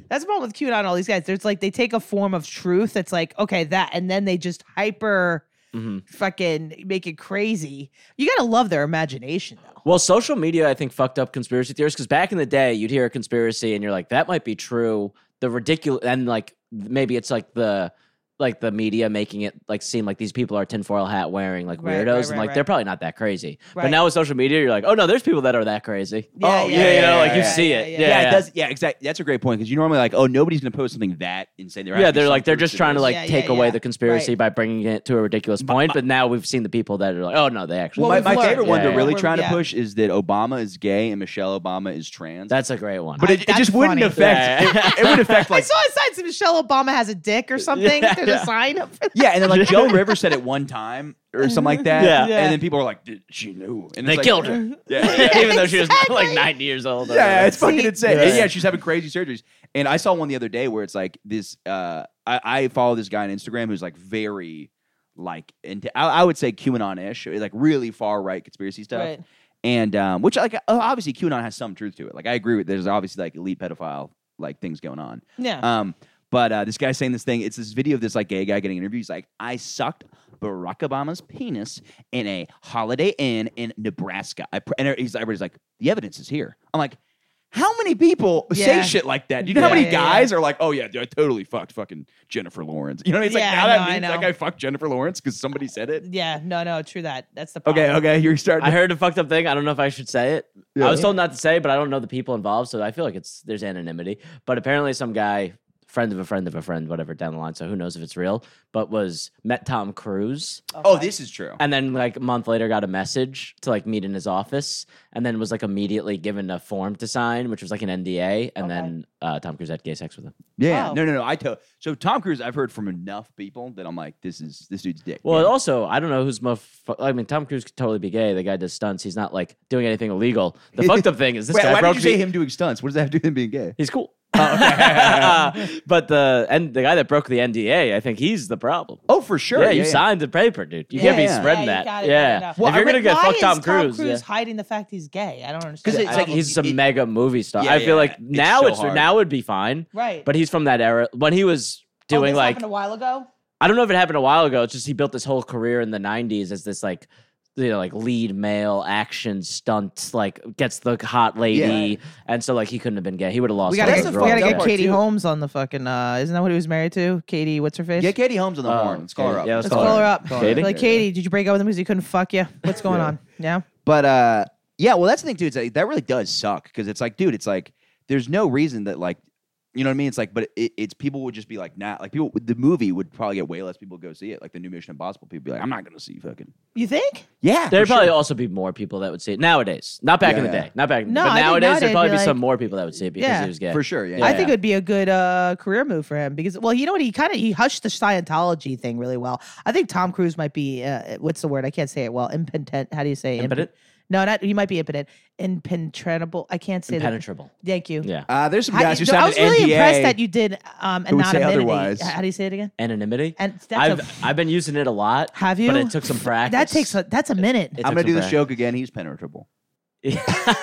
that's the problem with QAnon. All these guys, there's like they take a form of truth that's like okay that, and then they just hyper Mm-hmm. fucking make it crazy. You gotta love their imagination though. Well, social media, I think, fucked up conspiracy theories because back in the day, you'd hear a conspiracy and you're like, that might be true. The ridiculous, and like maybe it's like the like the media making it like seem like these people are tinfoil hat wearing like Right, weirdos and right, right, like right. they're probably not that crazy. But Right. now with social media, you're like, oh no, there's people that are that crazy. Yeah, Oh, Yeah, you know, yeah, like you yeah, see yeah, it. yeah, Yeah, yeah. yeah. it does. Yeah, exactly. That's a great point because you normally like, oh, nobody's gonna post something that insane. There has Yeah, to be they're some like they're truth just trying to this. like Yeah, take yeah, away yeah. the conspiracy by bringing it to a ridiculous point. But now we've seen the people that are like, oh no, they actually. Well, My, we've my learned. favorite one Yeah, they're yeah. really We're- trying to yeah. push is that Obama is gay and Michelle Obama is trans. that's a great one. but I- it, it that's just wouldn't funny. affect. Yeah. It, it would affect I like saw a sign that Michelle Obama has a dick or something. There's a sign up for Yeah, and then like Joe Rivers said it one time or something like that. Yeah. Yeah. And then people were like, "Did she knew. And they it's like- killed her, Yeah. yeah. even though she was like Exactly. 90 years old. or Yeah, whatever. it's fucking See? insane. Yeah. And yeah, she's having crazy surgeries. And I saw one the other day where it's like this uh I, I follow this guy on Instagram who's like very like into I, I would say QAnon ish, like really far right conspiracy stuff. Right. And um which like uh, obviously QAnon has some truth to it. Like I agree with there's obviously like elite pedophile like things going on. Yeah. Um, but uh, this guy's saying this thing. It's this video of this like gay guy getting interviewed. He's like, "I sucked Barack Obama's penis in a Holiday Inn in Nebraska." I pr- and er, he's, everybody's like, "The evidence is here." I'm like, "How many people Yeah. say shit like that? Do you know how Yeah, many yeah, guys are like, oh yeah, dude, I totally fucked fucking Jennifer Lawrence.' You know what I mean? It's Yeah, like now that no, I means know. that guy fucked Jennifer Lawrence because somebody said it. Um, yeah. No. No. True that. That's the problem. Okay, okay, you're starting. I to- heard a fucked up thing. I don't know if I should say it. I Yeah. was told not to say, but I don't know the people involved, so I feel like it's there's anonymity. But apparently, some guy, friend of a friend of a friend, whatever, down the line. So who knows if it's real? But was met Tom Cruise, oh, this is true. and then like a month later got a message to like meet in his office, and then was like immediately given a form to sign, which was like an NDA, and then uh, Tom Cruise had gay sex with him. Yeah, Oh. no, no, no. I to- so Tom Cruise. I've heard from enough people that I'm like, this is this dude's dick. Well, Yeah. also, I don't know who's most. Fu- I mean, Tom Cruise could totally be gay. The guy does stunts. He's not like doing anything illegal. The fucked up thing is this Wait, guy why broke did you say the- him doing stunts? What does that have to do with him being gay? He's cool. Oh, but the and the guy that broke the NDA, I think he's the problem. Oh, for sure. yeah, you signed the paper, dude. You can't be Yeah, yeah. spreading Yeah, that. you gotta- yeah, gotta know. if you're Why- gonna get why fuck is Tom Cruise, Cruise yeah. hiding the fact he's gay. I don't understand. 'Cause that. it's like- he's a it- mega movie star. Yeah, I feel yeah. like It's now so it's hard. now would be fine, right. but he's from that era when he was Oh, doing this like happened a while ago. I don't know if it happened a while ago. It's just he built this whole career in the '90s as this like, you know, like lead male action stunt, like gets the hot lady, and so like he couldn't have been gay. He would have lost. We all gotta, his get, the we gotta roles, get yeah. part, Katie too. Holmes on the fucking. Uh, isn't that what he was married to? Katie, what's her face? Get Katie Holmes on the Oh, horn. Let's call her okay. up. Yeah, let's Let's call call her up. Katie? Like, Katie, did you break up with him because he couldn't fuck you? What's going on? Yeah. But uh, yeah, well, that's the thing, too. It's like, that really does suck because it's like, dude, it's like there's no reason that like You know what I mean? It's like, but it, it's people would just be like, not like people. The movie would probably get way less people go see it. Like the new Mission Impossible, people be like, I'm not gonna see fucking. You think? Yeah, There'd for sure. probably also be more people that would see it nowadays. Not back in the Yeah. day. Not back. but No, I think nowadays nowadays there'd probably be be some like- more people that would see it because Yeah. he was gay. for sure. Yeah, I yeah. think it would be a good uh, career move for him because, well, you know what? He kind of he hushed the Scientology thing really well. I think Tom Cruise might be uh, what's the word? I can't say it well. Impotent. How do you say it? Impotent? No, not he might be impotent. Impenetrable. I can't say Impenetrable. that. Thank you. Yeah. Uh, there's some How do guys you- who sound I was really impressed that you did um, who would say anonymity. otherwise. How do you say it again? Anonymity. And that's I've a- i I've been using it a lot. Have you? But it took some practice. That takes a, that's a minute. It I'm took gonna do some this joke again. He's penetrable. practice.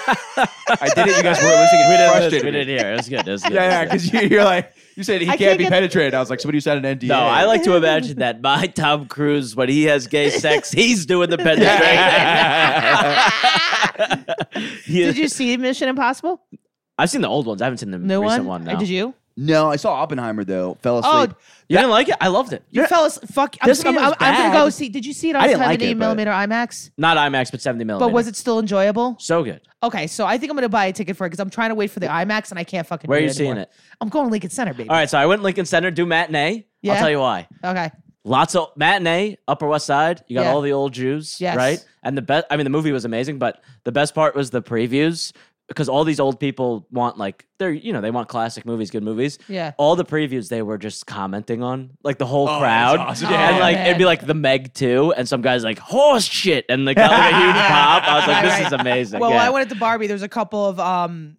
I did it. You guys were listening. we, didn't, frustrated. we didn't hear. It was good. It was good. Yeah, yeah, It was because you, you're like, you said he I can't, can't be get- penetrated. I was like, somebody who signed an NDA. good. no, I like to imagine that my Tom Cruise, when he has gay sex, he's doing the penetration. He is- Did you see Mission Impossible? I've seen the old ones. I haven't seen the No recent one. one. Uh, no. Did you? you? No, I saw Oppenheimer though. Fell Oh, asleep. didn't like it? I loved it. You fell asleep. Fuck. I'm, Doesn't I'm, mean it I'm, was gonna bad. go see. Did you see it on I didn't like 70 it, but- millimeter IMAX? Not IMAX, but 70 millimeter. But was it still enjoyable? so good? Okay, so I think I'm gonna buy a ticket for it because I'm trying to wait for the IMAX and I can't fucking. Where are do it you seeing anymore. it? I'm going to Lincoln Center, baby. All right, so I went Lincoln Center, do matinee. I'll Yeah. tell you why. Okay. Lots of matinee, Upper West Side. You got Yeah. all the old Jews, Yes. right? And the best. I mean, the movie was amazing, but the best part was the previews because all these old people want like they're you know they want classic movies, good movies. Yeah. All the previews they were just commenting on, like the whole that's crowd, awesome. and Oh, like it'd be man. like the Meg two, and some guys like horse shit, and like got like a huge pop. I was like, Right, this right. is amazing. Well, yeah. when I went to Barbie, there was a couple of um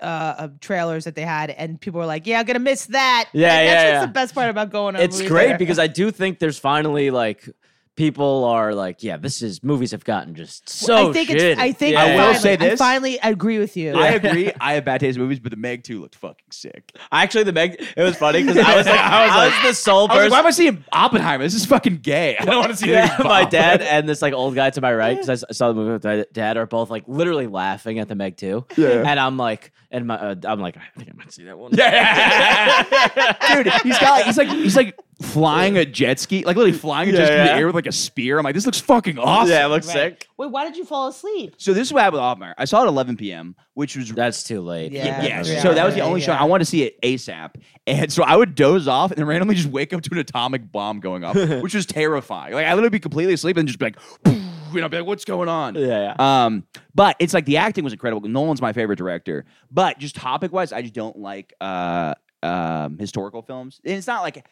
uh of trailers that they had, and people were like, "Yeah, I'm gonna miss that." Yeah, And that's yeah, what's yeah. the best part about going. To a it's movie great theater. because I do think there's finally like people are like, yeah, this is movies have gotten just so. I think it's. shitty. I think Yeah, I yeah, finally, yeah. will say I this. finally agree with Oh, you. I agree. I have bad taste in movies, but the Meg 2 looked fucking sick. Actually, the Meg. It was funny because I was like, I was, the sole I was like, person. why am I seeing Oppenheimer? This is fucking gay. I don't want to see Yeah, that. my dad and this like old guy to my right because I s- saw the movie with my dad are both like literally laughing at the Meg too. Yeah. and I'm like, and my uh, I'm like, I think I might see that one. Yeah. Dude, he's got like, he's like he's like flying a jet ski, like literally flying a jet Yeah, ski in the yeah. air with like a spear. I'm like, this looks fucking awesome. yeah, it looks Right. sick. Wait, why did you fall asleep? So this is what happened with Oppenheimer. I saw it at 11 p.m., which was That's too late. Yeah. yeah. Yeah. So that was the only show Yeah. I wanted to see it ASAP, and so I would doze off and then randomly just wake up to an atomic bomb going off, which was terrifying. Like I literally be completely asleep and just be like, you know, be like, what's going on? Yeah, Um, but it's like the acting was incredible. Nolan's my favorite director, but just topic wise, I just don't like uh um historical films. And it's not like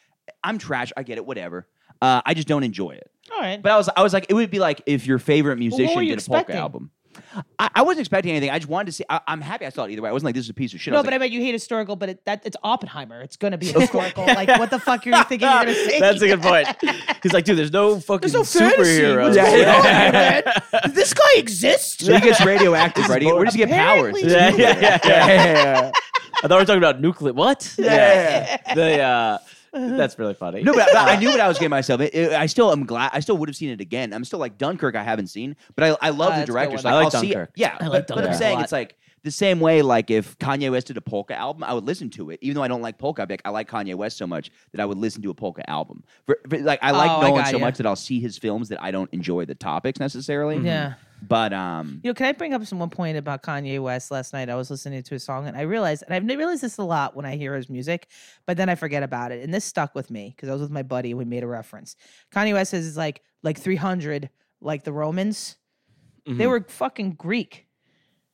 I'm trash. I get it. Whatever. Uh, I just don't enjoy it. All right. But I was, I was like, it would be like if your favorite were musician you did a polka expecting? album. I, I wasn't expecting anything. I just wanted to see. I, I'm happy I saw it either way. I wasn't like this is a piece of shit. I No, was but I like, mean you hate historical, but it, that it's Oppenheimer. It's gonna be historical. like, what the fuck are you thinking you're gonna say? That's a good point. He's like, dude, there's no fucking There's no fantasy. superheroes. What's going Yeah. on here, man? Does this guy exist? so he gets radioactive, right? He- Where does he get powers? Apparently- yeah, yeah, yeah, yeah. Yeah. I thought we were talking about nuclear. What? Yeah. The, uh, that's really funny. No, but, but I knew what I was getting myself. It- it- I still am glad. I still would have seen it again. I'm still like Dunkirk. I haven't seen, but I, I love the Ah, that's a good directors. one. Like, I like I'll see it. Dunkirk. Yeah, I but- like but, Dunkirk I'm a saying lot. it's like the same way. Like if Kanye West did a polka album, I would listen to it, even though I don't like polka. I'd be like, I like Kanye West so much that I would listen to a polka album. For, for- like I like Oh, I Nolan got so ya. much that I'll see his films that I don't enjoy the topics necessarily. Yeah. but um, You know, can I bring up some one point about Kanye West? Last night I was listening to a song and I realized, and I've realized this a lot when I hear his music, but then I forget about it. And this stuck with me because I was with my buddy and we made a reference. Kanye West is like like 300, like the Romans. Mm-hmm. They were fucking Greek.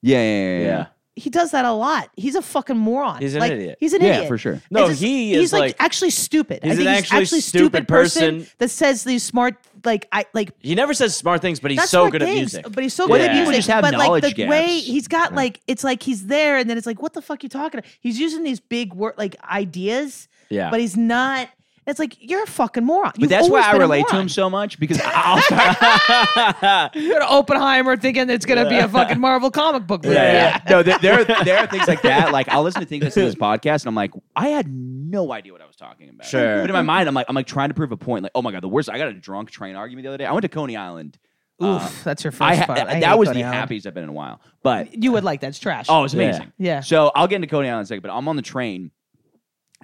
yeah, yeah, yeah, yeah. Yeah. he does that a lot. He's a fucking moron. He's an Like, idiot. He's an Yeah, idiot for sure. No, It's he is, he's like- actually stupid. I He's think an he's actually actually stupid person, person. that says these smart like I like. He never says smart things, but he's That's so smart good at things, music. but he's so Well, good at people music. just have but like knowledge the gaps. way he's got like it's like he's there, and then it's like, what the fuck you talking? About? He's using these big word like ideas, Yeah. but he's not. It's like you're a fucking moron. But that's why I relate to him so much because I'll start. You're to Oppenheimer thinking it's gonna be a fucking Marvel comic book movie. yeah, yeah. No, there, there, are, there are things like that. Like I'll listen to things I see in this podcast, and I'm like, I had no idea what I was talking about. Sure. But in my mind, I'm like, I'm like trying to prove a point. Like, oh my god, the worst. I got in a drunk train argument the other day. I went to Coney Island. Oof, that's your first I, ha- part. I that hate was Coney the Island. happiest I've been in a while. But You would like that. It's trash. oh, it's amazing. Yeah. So I'll get into Coney Island in a second. But I'm on the train,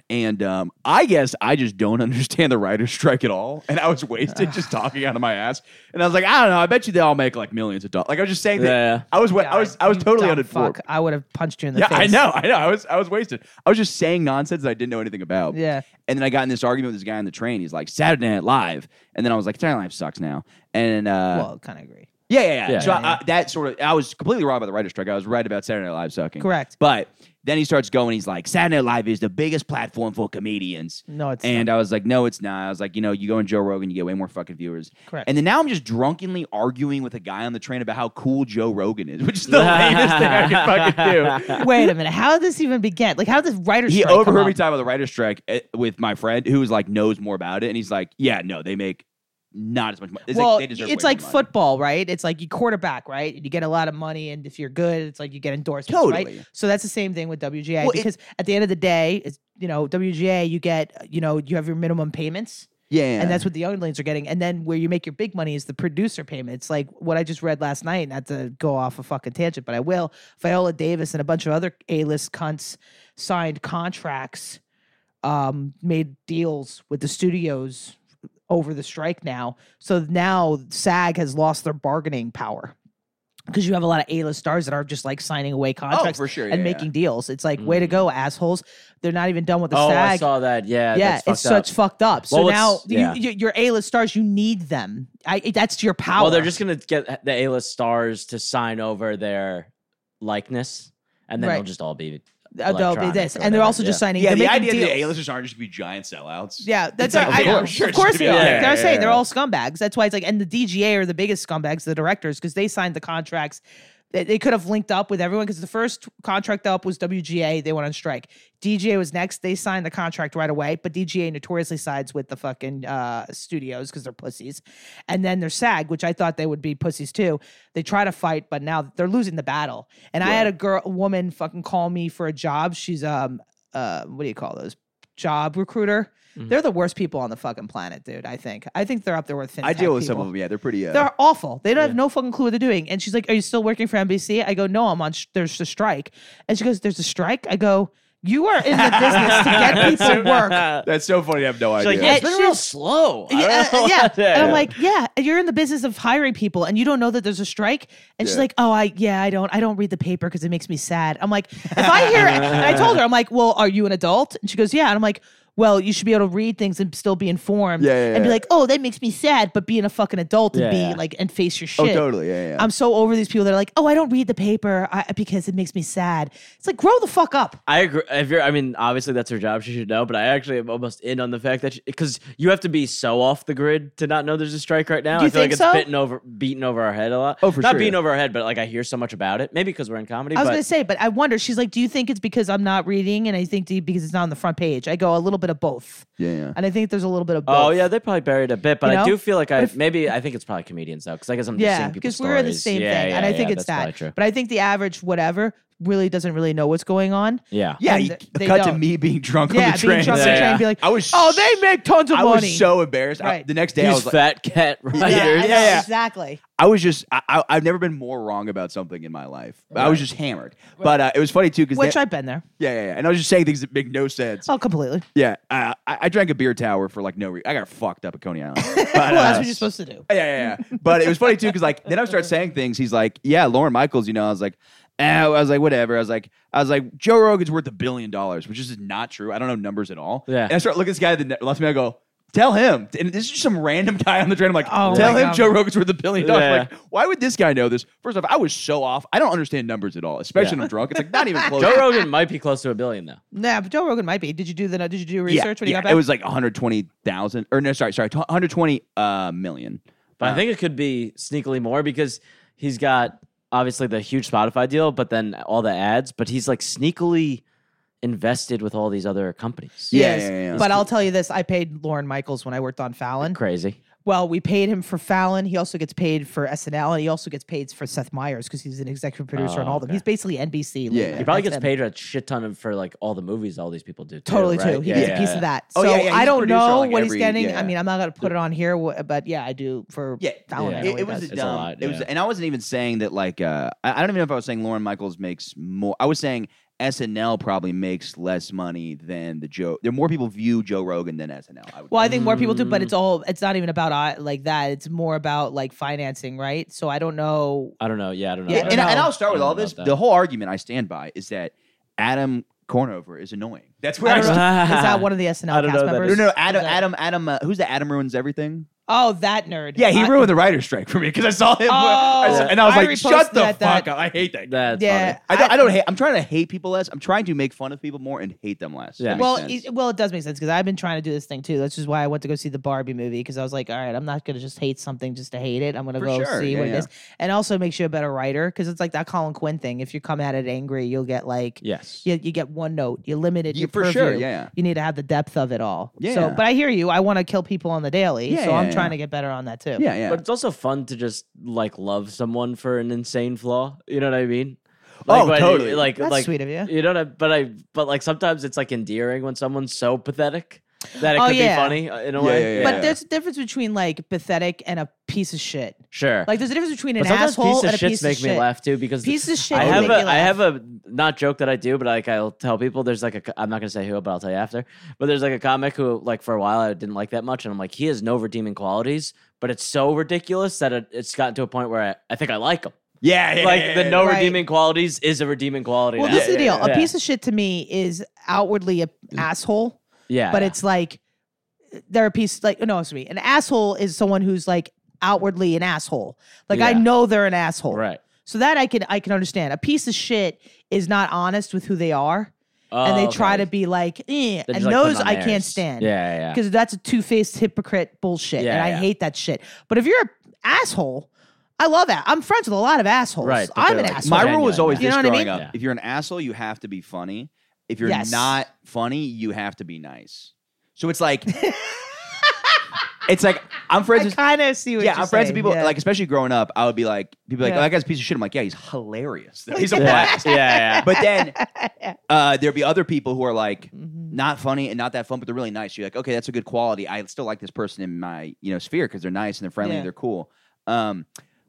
And um, I guess I just don't understand the writer's strike at all. And I was wasted just talking out of my ass. And I was like, I don't know. I bet you they all make like millions of dollars. Like I was just saying that. Yeah. I was, wa- I was, I was You totally dumb uninformed. Fuck. I would have punched you in the Yeah, face. I know, I know. I was, I was wasted. I was just saying nonsense that I didn't know anything about. Yeah. And then I got in this argument with this guy on the train. He's like, Saturday Night Live. And then I was like, Saturday Night Live sucks now. And uh, Well, kind of agree. yeah, yeah, yeah. Yeah. So I, I, that sort of, I was completely wrong about the writer's strike. I was right about Saturday Night Live sucking. Correct. But then he starts going, he's like, Saturday Night Live is the biggest platform for comedians. No, it's and I was like, no, it's not. I was like, you know, you go on Joe Rogan, you get way more fucking viewers. Correct. And then now I'm just drunkenly arguing with a guy on the train about how cool Joe Rogan is, which is the lamest thing I can fucking do. Wait a minute. How did this even begin? Like, how did this writer's He strike come overheard up? me talking about the writer's strike eh, with my friend who was like knows more about it, and he's like, "Yeah, no, they make not as much money. It's well, like, they deserve it's way like more money. football, right? It's like you quarterback, right? You get a lot of money, and if you're good, it's like you get endorsements, Totally. right? So that's the same thing with WGA Well, it- because at the end of the day, it's you know WGA, you get uh, you know you have your minimum payments, Yeah, and that's what the younglings are getting, and then where you make your big money is the producer payment. It's like what I just read last night. Not to go off a fucking tangent, but I will. Viola Davis and a bunch of other A-list cunts signed contracts, um, made deals with the studios over the strike now. So now SAG has lost their bargaining power because you have a lot of A-list stars that are just like signing away oh contracts for sure, and yeah, Mm-hmm. making deals. It's like way to go, assholes. They're not even done with the oh, I SAG. saw that. Yeah, yeah, that's it's fucked up. such fucked up. So Well, now it's- yeah. you, you, your A-list stars, you need them. I that's your power. Well, they're just gonna get the A-list stars to sign over their likeness, and then Right. they'll just all be. Uh, they'll be electronic this, or and they're whatever, also just yeah. signing. yeah. they're The making idea that deals. A-listers aren't just gonna be giant sellouts. Yeah, that's like, right. of I know. course, sure, of it's gonna course they be are. like that. They're Yeah, saying yeah, they're yeah. all scumbags. That's why it's like, and the DGA are the biggest scumbags, the directors, because they signed the contracts. They, they could have linked up with everyone because the first contract up was WGA. They went on strike. DGA was next. They signed the contract right away, but DGA notoriously sides with the fucking uh, studios because they're pussies. And then there's SAG, which I thought they would be pussies too. They try to fight, but now they're losing the battle. And I had a girl, a woman, fucking call me for a job. She's um, uh, what do you call those? Job recruiter. Mm. They're the worst people on the fucking planet, dude. I think. I think they're up there with. Fintech I deal with some people. of them. Yeah, they're pretty. Uh, They're awful. They don't have no fucking clue what they're doing. And she's like, "Are you still working for NBC?" I go, "No, I'm on. Sh- there's a strike." And she goes, "There's a strike." I go, "You are in the business to get people work." that's so funny. I have no She's like, idea. yeah, it's Yeah, been real she's- slow. I Yeah, don't know uh, yeah. what that- And I'm like, yeah, you're in the business of hiring people, and you don't know that there's a strike. And she's Yeah. like, oh, I yeah, I don't, I don't read the paper because it makes me sad. I'm like, if I hear, it, and I told her, I'm like, well, are you an adult? And she goes, yeah. And I'm like, well, you should be able to read things and still be informed, Yeah, yeah, and be yeah. like, oh, that makes me sad, but being a fucking adult and Yeah, be yeah. like and face your shit. oh, totally. Yeah, yeah. I'm so over these people that are like, oh, I don't read the paper I, because it makes me sad. It's like, grow the fuck up. I agree. If you're, I mean, obviously that's her job. She should know. But I actually am almost in on the fact that because you have to be so off the grid to not know there's a strike right now. You I feel think like so? it's beaten over, beaten over our head a lot. Oh, for not sure. beaten over our head, but like I hear so much about it. Maybe because we're in comedy. I was but gonna say, but I wonder. She's like, "Do you think it's because I'm not reading?" And I think do you- because it's not on the front page. I go a little bit of both, yeah, yeah. and I think there's a little bit of both. Oh yeah, they probably buried a bit, but You I know? do feel like I But if- maybe I think it's probably comedians though, because I guess I'm just yeah, seeing people's because stories. we're the same Yeah, thing, yeah, and I yeah, think it's that's probably that. true. But I think the average whatever really doesn't really know what's going on. yeah, Yeah, And you th- they cut to don't. me being drunk yeah, on the train. being drunk Yeah, on the train, yeah. be like, I was "Oh, they make tons of I money." was so embarrassed. I- Right. the next day, I these was fat like, cat yeah, writers. I know, Yeah, yeah. exactly. I was just I, I, I've never been more wrong about something in my life. I was just hammered, but uh, it was funny too because Which yeah, I've been there. yeah, yeah, and I was just saying things that make no sense. Oh, completely. Yeah, uh, I, I drank a beer tower for like no reason. I got fucked up at Coney Island. But, well, uh, that's what you're supposed to do. yeah, yeah, yeah. But it was funny too because like then I start saying things. He's like, "Yeah, Lauren Michaels," you know. I was like, "Oh," I was like, "Whatever." I was like, "I was like, Joe Rogan's worth a billion dollars," which is not true. I don't know numbers at all. Yeah. And I start looking at this guy that ne- left me. I go. Tell him, and this is just some random guy on the train. I'm like, Oh tell my him God. Joe Rogan's worth a billion dollars. Yeah. Like, why would this guy know this? First off, I was so off. I don't understand numbers at all, especially when I'm drunk. It's like not even close. Joe Rogan might be close to a billion though. Nah, but Joe Rogan might be. Did you do the? Did you do Yeah, research when you yeah, got back? It was like 120,000 or no, sorry, sorry, 120 uh, million. But Uh, I think it could be sneakily more because he's got obviously the huge Spotify deal, but then all the ads. But he's like sneakily invested with all these other companies. Yeah, Yes, yeah, yeah, yeah. But I'll tell you this: I paid Lauren Michaels when I worked on Fallon. crazy. Well, we paid him for Fallon. He also gets paid for SNL, and he also gets paid for Seth Meyers because he's an executive producer on Oh, all of them. okay. He's basically NBC. Yeah, Late yeah. He night. probably That's gets him. paid a shit ton of for like all the movies all these people do. Too, Totally right? too. He Yeah, gets yeah, a piece yeah. of that. So Oh, yeah, yeah, I he's don't producer on, know like, what every- he's getting. yeah. I mean, I'm not gonna put it on here, wh- but yeah, I do for Yeah, Fallon. I yeah. know It, he it was does. It's a a dumb. lot, it was, yeah. and I wasn't even saying that. Like, uh, I, I don't even know if I was saying Lauren Michaels makes more. I was saying SNL probably makes less money than the Joe. There are more people view Joe Rogan than SNL. I would Well, I think more people do, Mm. but it's all it's not even about uh, like that. It's more about like financing, right? So I don't know. I don't know. Yeah, I don't know. Yeah, don't and, I- and know. I'll start with I all don't know this. about The that. whole argument I stand by is that Adam Cornover is annoying. That's where I I, don't stand. know. Is that one of the I SNL don't cast know that No, members? no, no, Adam, Is that- Adam, Adam. Uh, who's the Adam ruins everything? Oh, that nerd. Yeah, he I- ruined the writer's strike for me because I saw him, uh, I Oh, saw- and I was I like, "Shut reposted the that- that- fuck up! I hate that." guy. That's Yeah. funny. I don't, I, don't hate. I'm trying to hate people less. I'm trying to make fun of people more and hate them less. Yeah. That makes Well, e, sense. it, well, it does make sense because I've been trying to do this thing too. That's just why I went to go see the Barbie movie because I was like, all right, I'm not gonna just hate something just to hate it. I'm gonna For go sure. see Yeah, what yeah. it is, and also it makes you a better writer because it's like that Colin Quinn thing. If you come at it angry, you'll get like Yes. you, you get one note. You're limited. Yeah, your for sure. purview. Yeah, yeah. You need to have the depth of it all. So, Yeah. but I hear you. I want to kill people on the daily. Yeah, so I'm yeah, trying yeah. to get better on that too. yeah, yeah. But it's also fun to just like love someone for an insane flaw. You know what I mean? Oh, when- totally. Like, That's like, sweet of you. You know what? I, but I, but like sometimes it's like endearing when someone's so pathetic that it Oh, could yeah. be funny uh, in a Yeah, way. yeah, yeah. But there's a difference between like pathetic and a piece of shit. sure. Like there's a difference between but an sometimes asshole piece of and a shits piece make of me shit. laugh too because Piece of shit. I will have make a you I have laugh. a not joke that I do, but like I'll tell people there's like a co- I'm not gonna say who, but I'll tell you after. But there's like a comic who like for a while I didn't like that much, and I'm like he has no redeeming qualities, but it's so ridiculous that it, it's gotten to a point where I, I think I like him. yeah, yeah, Like yeah, the yeah, no Right. redeeming qualities is a redeeming quality. Well, now. this is the deal. yeah. Mm. A piece of shit to me is outwardly an asshole, yeah, but yeah. it's like they're a piece like no, excuse me. An asshole is someone who's like outwardly an asshole. Like I Yeah. know they're an asshole. right. So that I can I can understand. A piece of shit is not honest with who they are, and they Oh, try okay. to be like, They eh, and just, like, put those it on I can't theirs. stand. Yeah, yeah, yeah. because that's a two faced hypocrite bullshit, and Yeah, I yeah. hate that shit. But if you're an asshole, I love that. I'm friends with a lot of assholes. Right, but I'm an they're like- asshole. My rule Genuine, was always yeah. You this know what I growing mean? up: Yeah. if you're an asshole, you have to be funny. If you're Yes. not funny, you have to be nice. So it's like, it's like I'm friends. I with, kind of see what yeah, you're I'm friends with saying, people. yeah. Like especially growing up, I would be like, people be like, Yeah. "Oh, that guy's a piece of shit." I'm like, "Yeah, he's hilarious. though. He's a yeah, blast." yeah, yeah. But then uh, there'd be other people who are like Mm-hmm. not funny and not that fun, but they're really nice. You're like, okay, that's a good quality. I still like this person in my you know sphere because they're nice and they're friendly Yeah. and they're cool. Um,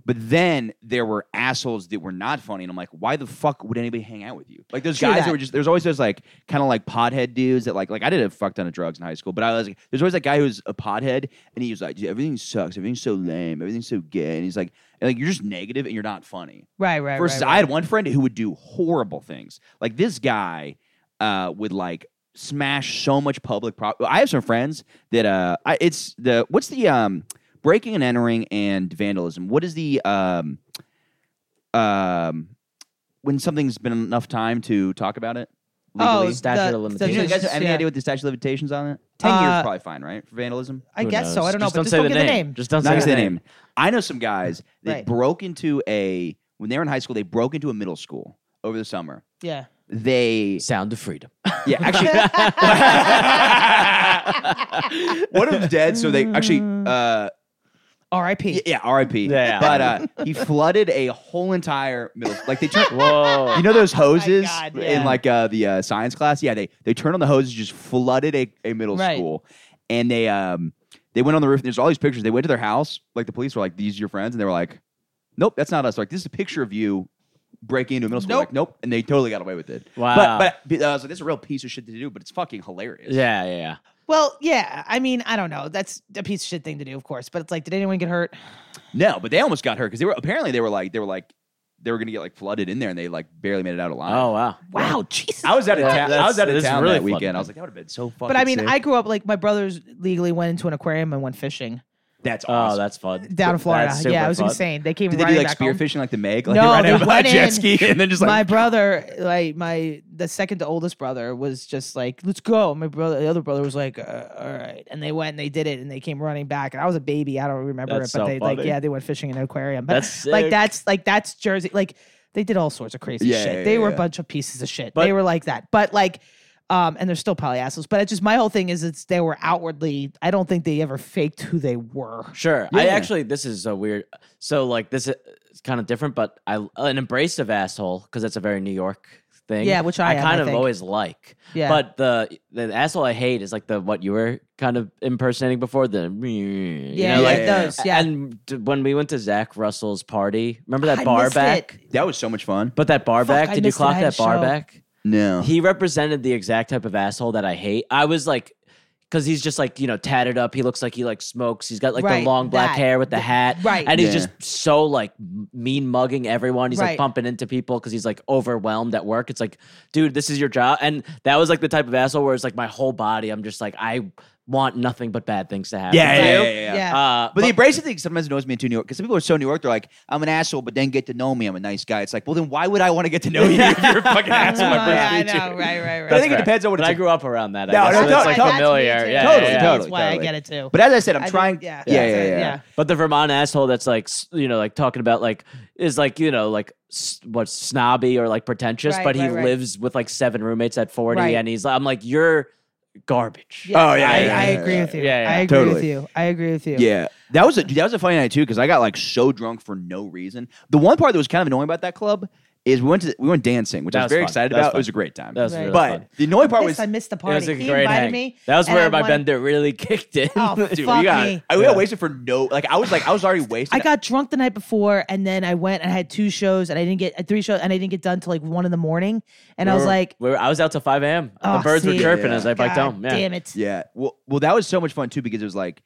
but then there were assholes that were not funny, and I'm like, why the fuck would anybody hang out with you? Like those True guys that. that were just there's always those like kind of like podhead dudes that like like I did a fuck ton of drugs in high school, but I was like, there's always that guy who's a podhead and he was like, "Dude, everything sucks, everything's so lame, everything's so gay, and he's like, and like you're just negative and you're not funny. right, right, Versus, right, I had one friend who would do horrible things. Like this guy uh, would like smash so much public property. I have some friends that uh, I, it's the what's the um breaking and entering and vandalism. What is the um um when something's been enough time to talk about it? Oh, legally? the- Statute of the limitations. Do you know- you guys just- have any yeah. idea what the statute of limitations on it? Ten years Uh, is probably fine, right? For vandalism. I Who guess so. I knows? don't know, Just but don't just say don't the give the name. name. Just don't Not say just the the name. I know some guys that Right. broke into a when they were in high school. They broke into a middle school over the summer. Yeah. They Sound of freedom. yeah actually one of them's dead. So they actually uh R.I.P. yeah, yeah R.I.P. Yeah, yeah. But uh, he flooded a whole entire middle like they turned. Whoa. You know those hoses God, in yeah. like uh, the uh, science class? Yeah, they they turned on the hoses, just flooded a, a middle Right. school, and they um they went on the roof. And there's all these pictures. They went to their house. Like the police were like, "These are your friends," and they were like, "Nope, that's not us." They're like this is a picture of you breaking into a middle school. Nope. Like nope, and they totally got away with it. Wow. But but uh, I was like, "This is a real piece of shit to do," but it's fucking hilarious. yeah, yeah, yeah. Well, yeah. I mean, I don't know. That's a piece of shit thing to do, of course. But it's like, did anyone get hurt? No, but they almost got hurt because they were apparently they were like they were like they were gonna get like flooded in there, and they like barely made it out alive. Oh wow. Wow, Jesus. I was out of Yeah, town. I was that's- out of this is town really that weekend. flooded. I was like, that would have been so fucking. But I mean, sick." I grew up like my brothers legally went into an aquarium and went fishing that's awesome. Oh, that's fun. down in Florida. That's super Yeah, it was fun. insane. They came Did they running do like back home. spearfishing like the Meg? Like No, they they ran out went a jet in. ski and then just like my brother, like my the second to oldest brother, was just like, "Let's go." My brother, the other brother, was like, uh, "All right," and they went and they did it, and they came running back. And I was a baby; I don't remember That's it, but so they like, funny. yeah, they went fishing in an aquarium. But That's like sick. that's like that's Jersey. Like they did all sorts of crazy Yeah, shit. yeah, they were a yeah. bunch of pieces of shit. they But- were like that, but like. Um, and they're still probably assholes, but it's just my whole thing is it's they were outwardly. I don't think they ever faked who they were. Sure. I Yeah. actually, this is a weird. So like this is kind of different, but I an abrasive asshole because that's a very New York thing. Yeah, which I am, I kind of think. always like. Yeah. But the the asshole I hate is like the what you were kind of impersonating before the. Yeah. Yeah, You know, yeah, like, it does. Yeah, And d- when we went to Zach Russell's party, remember that I bar missed back? it. that was so much fun. But that bar Fuck, back, I did you missed it. I clock had a that bar show. back? No. He represented the exact type of asshole that I hate. I was like, because he's just like you know tatted up. He looks like he like smokes. He's got like Right, the long black that. hair with the hat, right. And he's Yeah. just so like m- mean mugging everyone. He's Right. like bumping into people because he's like overwhelmed at work. It's like, dude, this is your job. And that was like the type of asshole where it's like my whole body. I'm just like, I want nothing but bad things to happen. Yeah, to yeah, you. yeah, yeah, yeah. Yeah. Uh, But, the abrasive thing sometimes annoys me in New York because some people are so New York. They're like, "I'm an asshole," but then get to know me. I'm a nice guy. It's like, well, then why would I want to get to know you? if You're a fucking asshole. Oh, my first yeah, I meeting? know, right, right, right. But I think it depends on what but it's. I grew up around that. I Oh, guess, No, no, so no, it's like totally. familiar. That's me, too. Yeah, Totally, yeah, yeah. totally. That's why I get it too. but as I said, I'm I think- trying. yeah. yeah, That's yeah, it, yeah. yeah. But the Vermont asshole that's like, s- you know, like talking about like is like, you know, like s- what's snobby or like pretentious, Right, but he right, right. lives with like seven roommates at 40 Right. and he's I'm like, you're garbage. Yes, Oh, yeah, I, yeah, I yeah, agree yeah, with you. yeah, yeah. I agree with Totally. you. I agree with you. Yeah, that was a dude, that was a funny night too because I got like so drunk for no reason. The one part that was kind of annoying about that club is we went to we went dancing, which That I was was very fun. excited That was about. fun. It was a great time. That was Right. really but fun. the annoying part I, was I missed the It party. was a he great invited hang. me. that was and where I my wanted- bender really kicked in. Oh, dude, fuck we got me. I we Yeah. got wasted for no like I was like I was already wasted. I got drunk the night before, and then I went and I had two shows, and I didn't get uh, three shows, and I didn't get done till like one in the morning. And I was like, We were- I was out till 5 a.m. Oh, the birds were see. chirping Yeah. as I biked God home. Yeah. damn it! Yeah. Well, well, that was so much fun too because it was like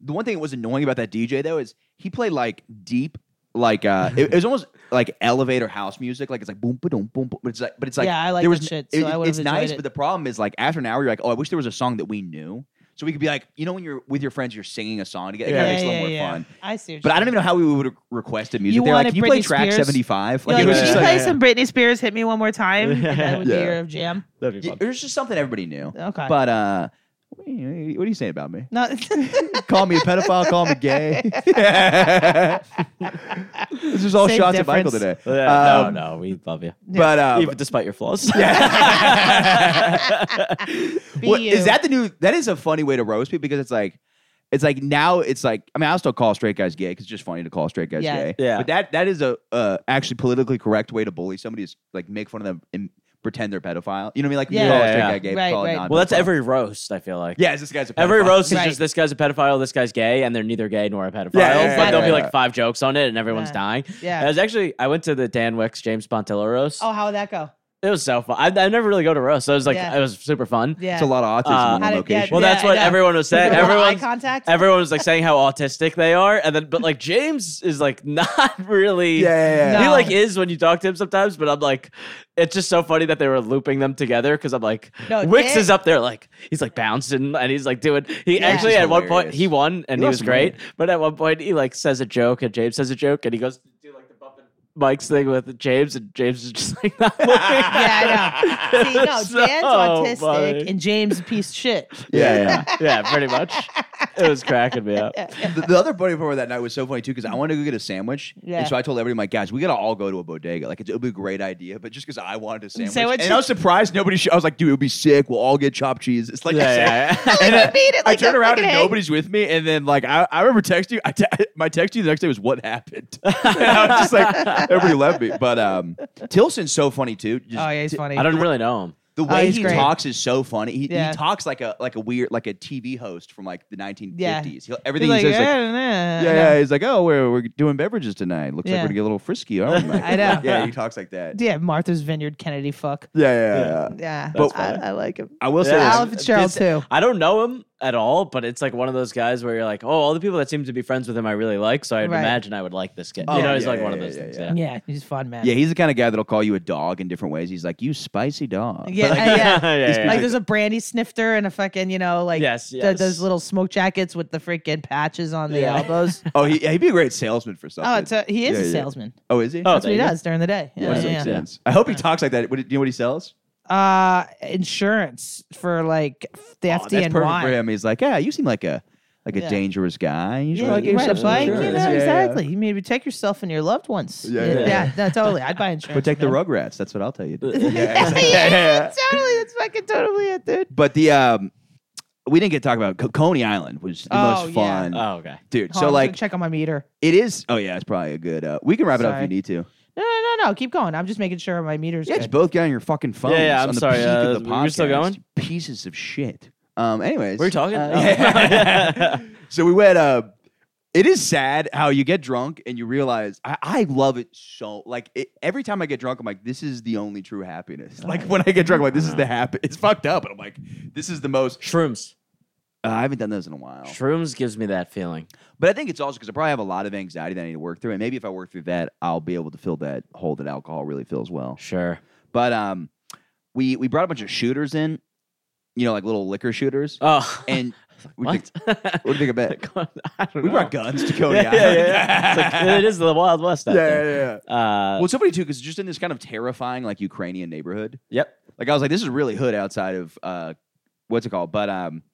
the one thing that was annoying about that DJ though is he played like deep, like uh, it, it was almost like elevator house music. Like it's like boom, boom, boom, boom. But it's like, but it's like Yeah, I like there was that n- shit, so I would've it's enjoyed nice, it. but the problem is like after an hour, you're like, oh, I wish there was a song that we knew, so we could be like, you know, when you're with your friends, you're singing a song together. Yeah, it yeah, makes it a yeah, little more yeah. fun. I see. what But you're I don't even know how we would have requested music. They're like, wanted can you play Britney track Spears? seventy five? Like, it like, was can just you like, play some Britney Spears? Hit me one more time. And that would be Yeah. your jam. That'd be y- fun. it was just something everybody knew. Okay. But uh, what are you what are you saying about me? no, call me a pedophile, call me gay. this is all Same shots at Michael difference. today. Yeah, Um, no, no, we love you. But uh, Even despite your flaws. be what- you. is that the new? That is a funny way to roast people because it's like, it's like now it's like I mean I will still call straight guys gay because it's just funny to call straight guys Yeah. gay. Yeah. But that that is a uh, actually politically correct way to bully somebody is like make fun of them and pretend they're pedophile. You know what I mean? Like you Yeah. call Yeah, a straight yeah. guy gay, Right, call a right. non- well, that's pedophile. every roast, I feel like. Yeah, is this guy's a pedophile. Every roast is Right. just this guy's a pedophile, this guy's gay, and they're neither gay nor a pedophile. Yeah, yeah, But there'll yeah. be like five jokes on it, and everyone's Yeah. dying. Yeah. I was actually I went to the Dan Wicks James Pontillo roast. Oh, how would that go? It was so fun. I, I never really go to roast, so it was like Yeah. it was super fun. Yeah. It's a lot of autism Uh, How in one did- location. yeah, Well, that's I what know. everyone was Did saying. you have a lot of Everyone's eye contact. everyone was like saying how autistic they are, and then but like James is like not really. yeah, yeah, yeah. No. He like is when you talk to him sometimes, but I'm like, it's just so funny that they were looping them together because I'm like, No, Wicks Dan- is up there like he's like bouncing and he's like doing. He Yeah. actually Which is at one point hilarious. he won and He he loves was some great, but at one point he like says a joke and James says a joke and he goes to do like the bump and Mike's thing with James and James is just like not looking. yeah, I know. See, no, So Dan's autistic funny. and James a piece of shit. yeah, yeah. yeah, pretty much. It was cracking me up. the, the other funny part of that night was so funny too because I wanted to go get a sandwich, Yeah. and so I told everybody, "My guys, we gotta all go to a bodega. Like it's, it would be a great idea, but just because I wanted a sandwich, Sandwich? and I was surprised nobody. Sh- I was like, "Dude, it would be sick. We'll all get chopped cheese." It's like, Yeah, yeah, yeah. And I I, made it I like a turned around and fucking egg. nobody's with me, and then like I, I remember texting you. I te- my text to you the next day was, "What happened?" and I was just like, everybody left me. But um, Tilson's so funny too. Just- Oh yeah, he's funny. I don't really know him. the way he's he great. talks is so funny. He, Yeah. he talks like a like a weird like a TV host from like the 1950s. Yeah. He'll- everything He's like, he says is like, "Yeah, nah, yeah, nah." yeah. He's like, oh, we're, we're doing beverages tonight. Looks Yeah. like we're gonna get a little frisky, aren't we? Mike?" I know. Yeah, he talks like that. Yeah, Yeah, Martha's Vineyard Kennedy fuck. yeah, yeah. yeah. Yeah, But- I, I like him. I will say, Yeah. this. Al Fitzgerald, too. I don't know him at all, but it's like one of those guys where you're like, oh, all the people that seem to be friends with him, I really like, so I'd Right. imagine I would like this kid. Oh, you know, it's yeah, like one of yeah, those yeah, things. yeah. Yeah. Yeah, he's fun man. yeah, he's the kind of guy that'll call you a dog in different ways. He's like, you spicy dog. But, yeah, like, yeah, yeah. yeah, yeah. Like there's a brandy snifter and a fucking you know like Yes, th- yes. those little smoke jackets with the freaking patches on the Yeah. elbows. oh, he, yeah, he'd be a great salesman for something. oh, it's a, he is Yeah, a yeah. salesman. Oh, is he? Oh, That's what he there you go. does during the day. yeah, Yeah, that yeah, makes yeah. sense. I hope he talks like that. What, do you know what he sells? Uh, insurance for like the Oh, that's FDNY. perfect for him. He's like, yeah, you seem like a like a Yeah. dangerous guy. You should Yeah, like you ride a yourself some bike, you know, insurance." Yeah, yeah, yeah. exactly. You may protect yourself and your loved ones. Yeah, yeah, yeah, no, totally. I'd buy insurance. Protect the man. Rugrats. That's what I'll tell you. yeah, Yeah, exactly. Yeah, yeah, yeah. totally. That's fucking totally it, dude. But the um, we didn't get to talk about Co- Coney Island was the Oh, most yeah. fun, Oh, okay. dude. Hold So on, I'm like gonna check on my meter. it is. Oh yeah, it's probably a good. Uh, we can wrap it up Sorry. if you need to. No, no, no, no. Keep going. I'm just making sure my meter's Yeah, good. just both get on your fucking phones. Yeah, yeah, I'm on the sorry, Peak uh, of the we're still podcast, going? you Pieces of shit. Um. Anyways, Oh. Were you talking? uh, Oh. yeah. so we went. Uh, it is sad how you get drunk and you realize I, I love it so like it, every time I get drunk I'm like this is the only true happiness like when I get drunk I'm like this is the Uh-huh. happy it's fucked up and I'm like this is the most Shrooms. uh, I haven't done those in a while Oh. Shrooms gives me that feeling. but I think it's also because I probably have a lot of anxiety that I need to work through and maybe if I work through that I'll be able to fill that hole that alcohol really fills well Sure. but um we we brought a bunch of shooters in you know like little liquor shooters Oh, and we what? what do you think of that I don't we know. brought guns to Coney yeah, yeah, Island yeah, yeah. It's like, it is the Wild West. Out yeah, there. yeah, yeah. Uh, well, somebody too, because just in this kind of terrifying, like Ukrainian neighborhood. yep. Like I was like, this is really hood outside of uh, what's it called? But um,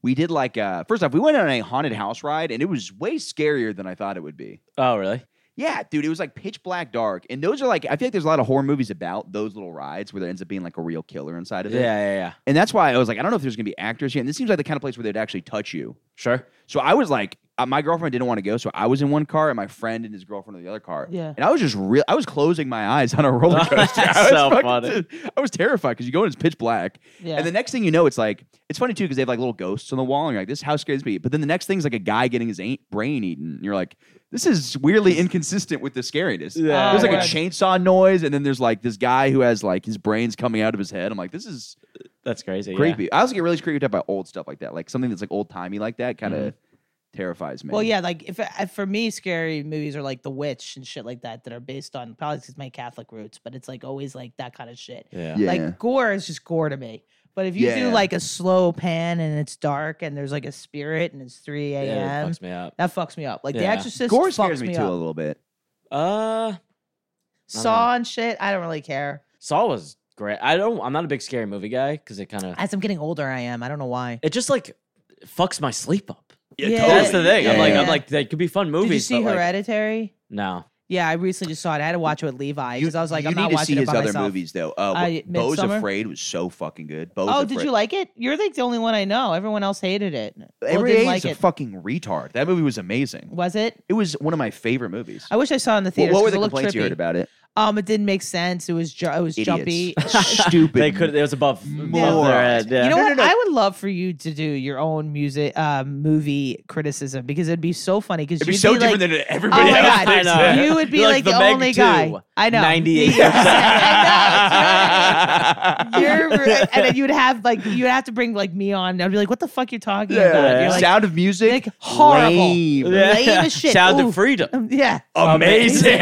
we did like uh, first off, we went on a haunted house ride, and it was way scarier than I thought it would be. Oh, really? Yeah, dude, it was like pitch black dark, and those are like I feel like there's a lot of horror movies about those little rides where there ends up being like a real killer inside of Yeah, it. yeah, yeah. and that's why I was like, I don't know if there's gonna be actors here, and this seems like the kind of place where they'd actually touch you. Sure. So I was like, uh, my girlfriend didn't want to go, so I was in one car and my friend and his girlfriend in the other car. Yeah. and I was just real. I was closing my eyes on a roller coaster. That's I was so fucking- funny. I was terrified because you go and it's pitch black, Yeah. and the next thing you know, it's like it's funny too because they have like little ghosts on the wall, and you're like, "This house scares me." But then the next thing's like a guy getting his ain't brain eaten. And you're like, "This is weirdly inconsistent with the scariness." Yeah. There's like a Oh, chainsaw noise, and then there's like this guy who has like his brains coming out of his head. I'm like, "This is." That's crazy. yeah. creepy. I also get really creeped out by old stuff like that, like something that's like old timey like that, kind of Mm-hmm. terrifies me. Well, yeah, like if I- for me, scary movies are like The Witch and shit like that that are based on probably 'cause my Catholic roots, but it's like always like that kind of shit. Yeah. yeah. Like gore is just gore to me. But if you do Yeah. like a slow pan and it's dark and there's like a spirit and it's 3 Yeah, a.m., it fucks me up. that fucks me up. Like The Yeah. Exorcist gore fucks scares me, me too a up. little bit. Uh, Saw and shit, I don't really care. Saw was great. I don't. I'm not a big scary movie guy because it kind of As I'm getting older, I am. I don't know why. it just like fucks my sleep up. Yeah. That's the thing. I'm like, Yeah. I'm like, they could be fun movies. Did you see but, like, Hereditary? no. yeah, I recently just saw it. I had to watch it with Levi because I was like, you I'm need not to watching see it his by other myself. movies though. Oh, Uh, but Bo's Midsommar? Afraid was so fucking good. Bo's Oh, Afraid. did you like it? You're like the only one I know. Everyone else hated it. Or Every didn't A's like a it. fucking retard. That movie was amazing. Was it? It was one of my favorite movies. I wish I saw it in the What, theaters. what were 'cause the it looked complaints you heard trippy. about it? Um, it didn't make sense. It was ju- it was jumpy. Idiots. Stupid. They could. It was above, above Morons. their head. Yeah. You know No, no, what? no. I would love for you to do your own music, um, movie criticism because it'd be so funny. Because It'd you'd be so different like, than Oh everybody my else. god! I know. You would be You're like, like the, the Meg only 2, guy. I 98%. know. I know, it's right. You're- and then you'd have like you'd have to bring like me on. I'd be like, "What the fuck you're talking about?" You're like, Sound of Music. Nick, horrible. lame. lame as shit. Sound Ooh. of freedom. um, yeah. Amazing.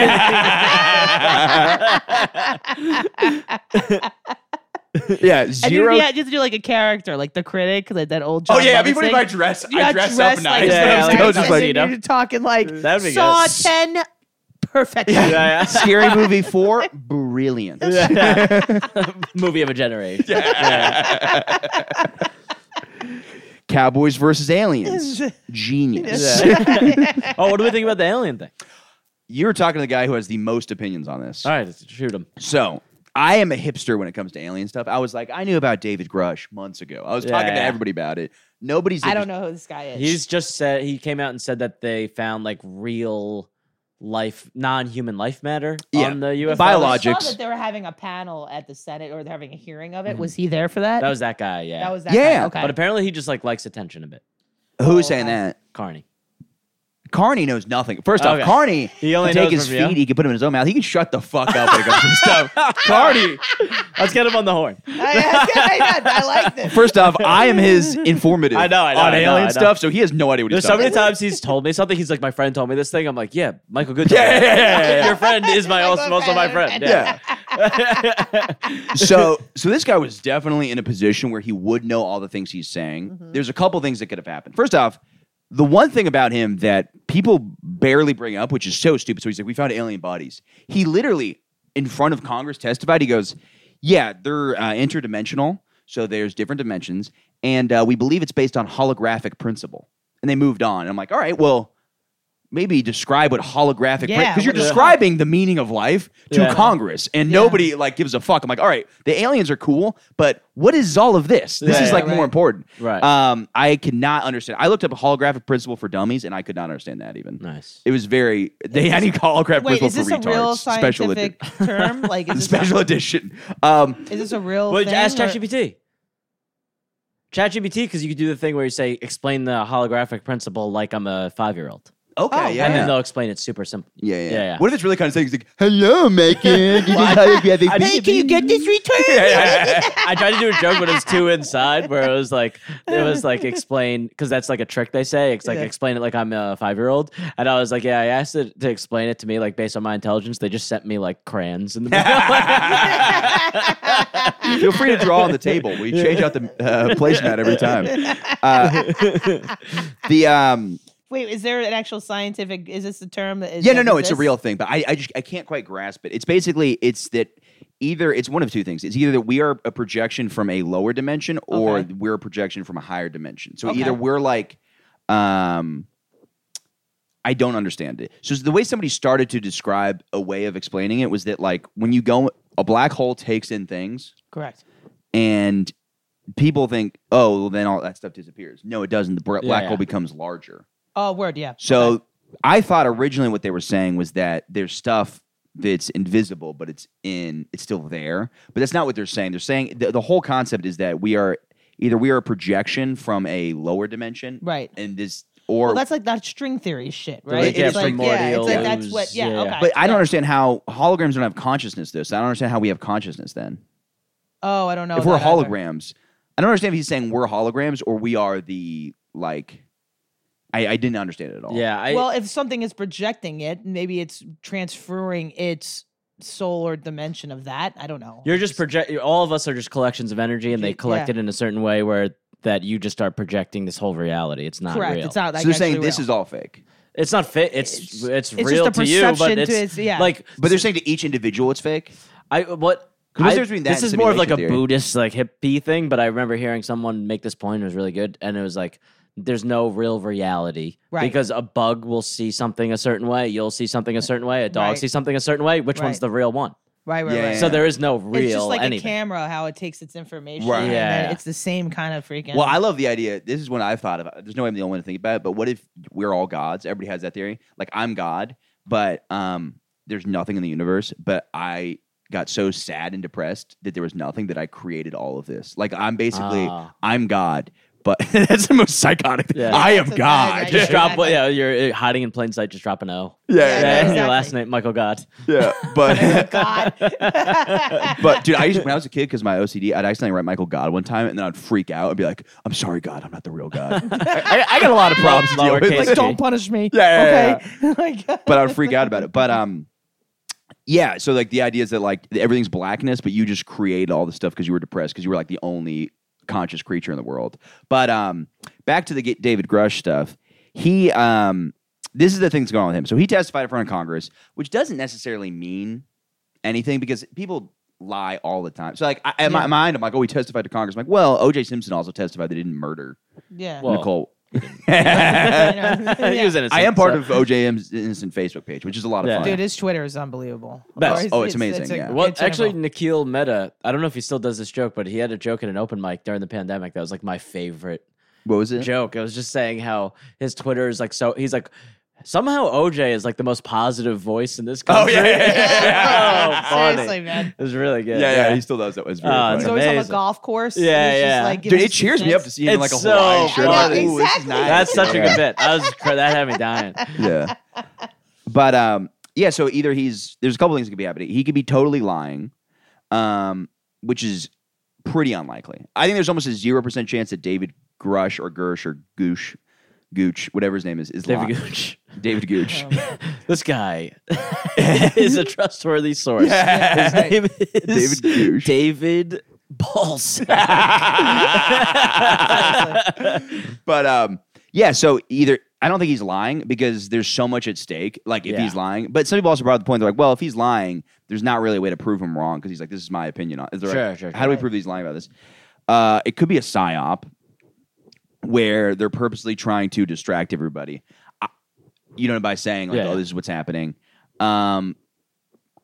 Yeah. And you, Zero. yeah, you have to do like a character, like the critic, like that old. John Oh yeah, Lovitz everybody thing. might dress. You I got dress up dressed nice. Yeah, that. yeah, like Right? Joe's And just like- then you're talking like That'd be saw good. ten perfect. yeah, Scary movie four. Brilliant. yeah. movie of a generation. Cowboys versus aliens. Genius. Oh, what do we think about the alien thing? You're talking to the guy who has the most opinions on this. All right, let's shoot him. So I am a hipster when it comes to alien stuff. I was like, I knew about David Grush months ago. I was talking to Yeah. everybody about it. Nobody's. I don't interest- know who this guy is. He's just said he came out and said that they found like real life, non-human life matter Yeah. on the UFO. Biologic. I Logics. saw that they were having a panel at the Senate, or they're having a hearing of it. Was he there for that? That was that guy. Yeah. that was that. Yeah. guy. okay. But apparently, he just like likes attention a bit. Who's Oh, saying I- that? Carney. Carney knows nothing. First off, Okay. Carney He only can take knows his from you? feet. He can put them in his own mouth. He can shut the fuck up when it comes to this stuff. Carney. Let's get him on the horn. I, I, I like this. First off, I am his informative I know, I know, on I know, alien I know. stuff, so he has no idea what he's There's so talking many about. times he's told me something. He's like, my friend told me this thing. I'm like, yeah, Michael Good. Yeah, yeah, yeah, yeah, yeah. Your friend is my My also, also my friend. boyfriend. Yeah. so so this guy was definitely in a position where he would know all the things he's saying. Mm-hmm. There's a couple things that could have happened. First off, the one thing about him that people barely bring up, which is so stupid. So he's like, "We found alien bodies." He literally, in front of Congress, testified. He goes, "Yeah, they're uh, interdimensional. So there's different dimensions, and uh, we believe it's based on holographic principle." And they moved on. And I'm like, "All right, well." Maybe describe what holographic because Yeah, you're what is- describing the meaning of life to Yeah. Congress, and nobody like gives a fuck. I'm like, all right, the aliens are cool, but what is all of this? This Yeah, is yeah, like more right. important. Right. Um, I cannot understand. I looked up a holographic principle for dummies, and I could not understand that even. Nice. It was very. They had a holographic Wait, principle is this for a retards. real special edition. scientific term? Like, is this, Special edition. Um, is this a real? Well, thing, ask or- ChatGPT. ChatGPT, because you could do the thing where you say, explain the holographic principle like I'm a five year old. Okay, Oh, yeah. And yeah. then they'll explain it super simple. yeah, yeah, Yeah, yeah. What if it's really condescending? It's like, hello, Megan. You can help me have a Hey, can you get this returned? I tried to do a joke, but it was too inside. Where it was like, it was like explain because that's like a trick they say. It's like Yeah. explain it like I'm a five year old, and I was like, yeah, I asked it to explain it to me like based on my intelligence. They just sent me like crayons in the mail. Feel free to draw on the table. We change out the uh, placemat every time. Uh, the um, Wait, is there an actual scientific? Is this the term? That is, yeah, no, that no, it's a exists? real thing, but I, I just I can't quite grasp it. It's basically it's that either it's one of two things. It's either that we are a projection from a lower dimension, or Okay. we're a projection from a higher dimension. So Okay. either we're like, um, I don't understand it. So the way somebody started to describe a way of explaining it was that like when you go, a black hole takes in things. Correct. and people think, oh, well, then all that stuff disappears. No, it doesn't. The br- black yeah. hole becomes larger. Oh, word. Yeah. So I thought originally what they were saying was that there's stuff that's invisible, but it's in, it's still there. But that's not what they're saying. They're saying the, the whole concept is that we are either we are a projection from a lower dimension, Right. and this, or Well, that's like that string theory shit, right? like, yeah, it's like, yeah, it's like that's primordials, what. Yeah. yeah. okay. but I don't understand how holograms don't have consciousness. Though, so I don't understand how we have consciousness then. Oh, I don't know. if we're that either. holograms, I don't understand if he's saying we're holograms or we are the like. I, I didn't understand it at all. yeah, I, well, if something is projecting it, maybe it's transferring its soul or dimension of that. I don't know. you're just project. All of us are just collections of energy, and they Yeah. collect it in a certain way where that you just are projecting this whole reality. It's not correct. real. It's not. Like, so they're saying actually this real. is all fake, It's not fit. It's it's, it's real just a to you, but perception to it's, it's- yeah. like but they're saying to each individual it's fake. I what. 'Cause what's I- the difference between that this and is more of like a simulation theory? Buddhist like hippie thing, but I remember hearing someone make this point. It was really good, and it was like, "There's no real reality Right. because a bug will see something a certain way, you'll see something a certain way, a dog Right. sees something a certain way. Which one's Right. the real one? right, right, Yeah, right. So there is no real it's just like a anything. camera, how it takes its information. Right. and Yeah. then it's the same kind of freaking. Well, I love the idea. This is what I thought of. There's no way I'm the only one to think about it. But what if we're all gods? Everybody has that theory. Like I'm God, but um, there's nothing in the universe. But I got so sad and depressed that there was nothing that I created all of this. Like I'm basically Ah. I'm God, but that's the most psychotic. thing. Yeah. I am That's a God. bad idea. just drop. Exactly. Yeah, you're uh, hiding in plain sight. Just drop an O. Yeah, yeah, yeah, Your exactly. last name, Michael God. yeah. But God. But dude, I used when I was a kid because my OCD, I'd accidentally write Michael God one time, and then I'd freak out and be like, "I'm sorry, God, I'm not the real God." I, I got a lot of problems to deal with. Lowercase Like, g. don't- don't punish me. Yeah, okay. like, uh, but I'd freak out about it. But um, yeah. So like the idea is that like everything's blackness, but you just created all the stuff because you were depressed because you were like the only conscious creature in the world. But um, back to the get David Grush stuff. He um, this is the thing that's going on with him. So he testified in front of Congress, which doesn't necessarily mean anything because people lie all the time. So like I, in my Yeah. mind, I'm like, oh, he testified to Congress. I'm like, well, O.J. Simpson also testified they didn't murder yeah. Well, Nicole. He was innocent, I am part so- of OJM's innocent Facebook page, which is a lot of Yeah. fun. Dude, his Twitter is unbelievable. Best. Or Oh, it's amazing, yeah. Well, it's actually, incredible. Nikhil Mehta, I don't know if he still does this joke, but he had a joke at an open mic during the pandemic that was like my favorite what was it? joke. I was just saying how his Twitter is like so. He's like somehow OJ is like the most positive voice in this country. Oh, yeah, yeah, yeah, Oh, funny. Seriously, man. it was really good. yeah, Uh, yeah, he still does that. It's very Oh, funny. it's He's always on the amazing. golf course. and Yeah, he's just, yeah. like, Dude, giving it cheers me up to see him in like It's a Hawaiian so shirt. funny. I'm like, Ooh, this is Exactly. nice. that's such a Yeah. good bit. I was that had me dying. yeah. But um, yeah. So either he's there's a couple things that could be happening. He could be totally lying, um, which is pretty unlikely. I think there's almost a zero percent chance that David Grush or Gersh or Goosh, Gooch, whatever his name is, is David lying. Gooch. David Gooch. This guy is a trustworthy source. His name is David Gooch. David Ballsack. but um, yeah. So either I don't think he's lying because there's so much at stake. Like if Yeah. he's lying, but some people also brought up the point. They're like, well, if he's lying, there's not really a way to prove him wrong because he's like, this is my opinion on. They're Sure, like, sure, How do we prove that he's lying about this? Uh, it could be a psyop where they're purposely trying to distract everybody. I, you know, by saying like, Yeah. oh, this is what's happening. Um,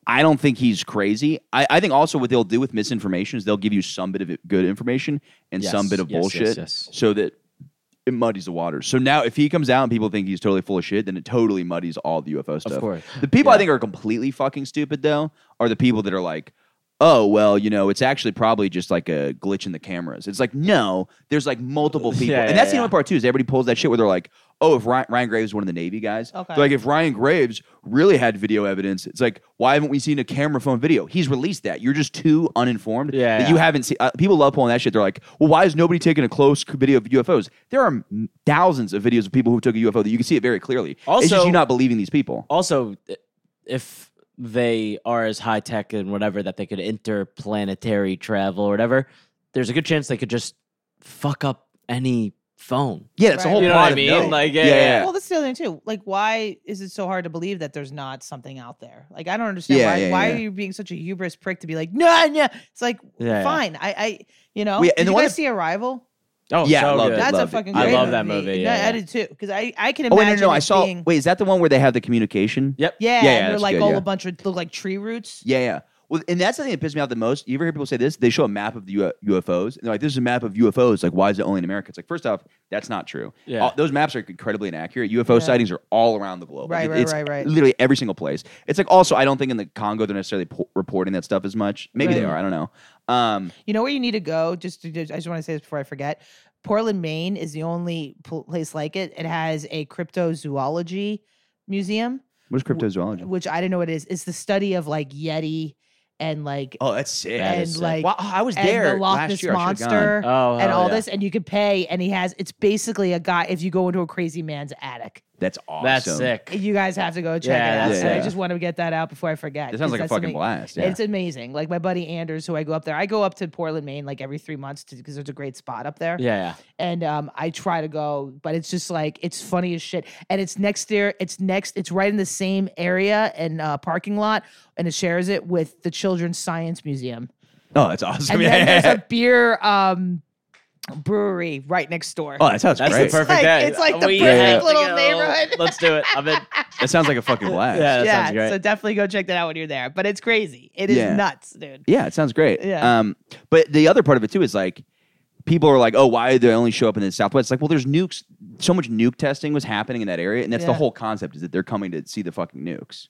I don't think he's crazy. I, I think also what they'll do with misinformation is they'll give you some bit of it- good information and Yes, some bit of yes, yes, bullshit yes. so that it muddies the waters. So now if he comes out and people think he's totally full of shit, then it totally muddies all the UFO stuff. course. The people I Yeah. think are completely fucking stupid though are the people that are like, oh well, you know, it's actually probably just like a glitch in the cameras. It's like no, there's like multiple people, Yeah, yeah, and that's the yeah. only part too is everybody pulls that shit where they're like, oh, if Ryan, Ryan Graves is one of the Navy guys, Okay. they're like if Ryan Graves really had video evidence, it's like why haven't we seen a camera phone video? He's released that. You're just too uninformed. Yeah, that yeah. you haven't seen. Uh, people love pulling that shit. They're like, well, why is nobody taking a close video of UFOs? There are m- thousands of videos of people who took a UFO that you can see it very clearly. it's just Also- you not believing these people. also i- if they are as high tech and whatever that they could interplanetary travel or whatever, there's a good chance they could just fuck up any phone. Yeah, that's the Right. whole You know plot what I of mean? No. Like, yeah, yeah. yeah. Well, that's the other thing too. Like, why is it so hard to believe that there's not something out there? Like, I don't understand Yeah, why. yeah, why yeah. are you being such a hubris prick to be like, no, no? It's like, Yeah, yeah. fine. I, I, you know, Yeah, and did the you one guys that- see Arrival? Oh, Yeah, so love good. it. That's a loved it. fucking. I Great love that movie. movie, No, yeah, I yeah. did too because I, I can Oh imagine. wait, no, no, no. I it saw. Being, Wait, is that the one where they have the communication? Yep. yeah, yeah, and they're that's like good, all yeah. a bunch of look like tree roots. Yeah, yeah. Well, and that's the thing that pissed me off the most. You ever hear people say this? They show a map of the U- UFOs, and they're like, "This is a map of UFOs." Like, why is it only in America? It's like, first off, that's not true. Yeah. All- those maps are incredibly inaccurate. UFO Yeah. sightings are all around the globe. Right, Like, it- right, it's right, right. Literally every single place. It's like also, I don't think in the Congo they're necessarily po- reporting that stuff as much. Maybe they Right. are. I don't know. Um, You know where you need to go? Just to, just- I just want to say this before I forget. Portland, Maine is the only pl- place like it. It has a cryptozoology museum, what is cryptozoology? which I don't know what it is. It's the study of like Yeti and like Oh, that's sick. That and is sick. like Wow, I was and there the Loch last Ness year. I should've gone. monster Oh, and hell all yeah. this, and you could pay. And he has it's basically a guy. If you go into a crazy man's attic, That's awesome. That's sick. you guys have to go check Yeah, it out. that's So I sick. just want to get that out before I forget. That sounds 'cause like a that's fucking something- blast. Yeah. It's amazing. Like my buddy Anders, who I go up there. I go up to Portland, Maine, like every three months because there's a great spot up there. Yeah, and um, I try to go, but it's just like it's funny as shit. And it's next there. It's next. It's right in the same area and uh, parking lot, and it shares it with the Children's Science Museum. oh, that's awesome. And yeah, then yeah, there's a beer um, brewery right next door. yeah. oh, that sounds that's great. the perfect Like, day. it's like the We perfect have to little go. neighborhood. Let's do it. I'm in. that sounds like a fucking blast. Yeah, that yeah, sounds great. so definitely go check that out when you're there. But it's crazy. It is Yeah. nuts, dude. Yeah, it sounds great. Yeah. Um, but the other part of it too is like people are like, oh, why do they only show up in the Southwest? It's like, well, there's nukes. So much nuke testing was happening in that area, and that's the Yeah. whole concept is that they're coming to see the fucking nukes.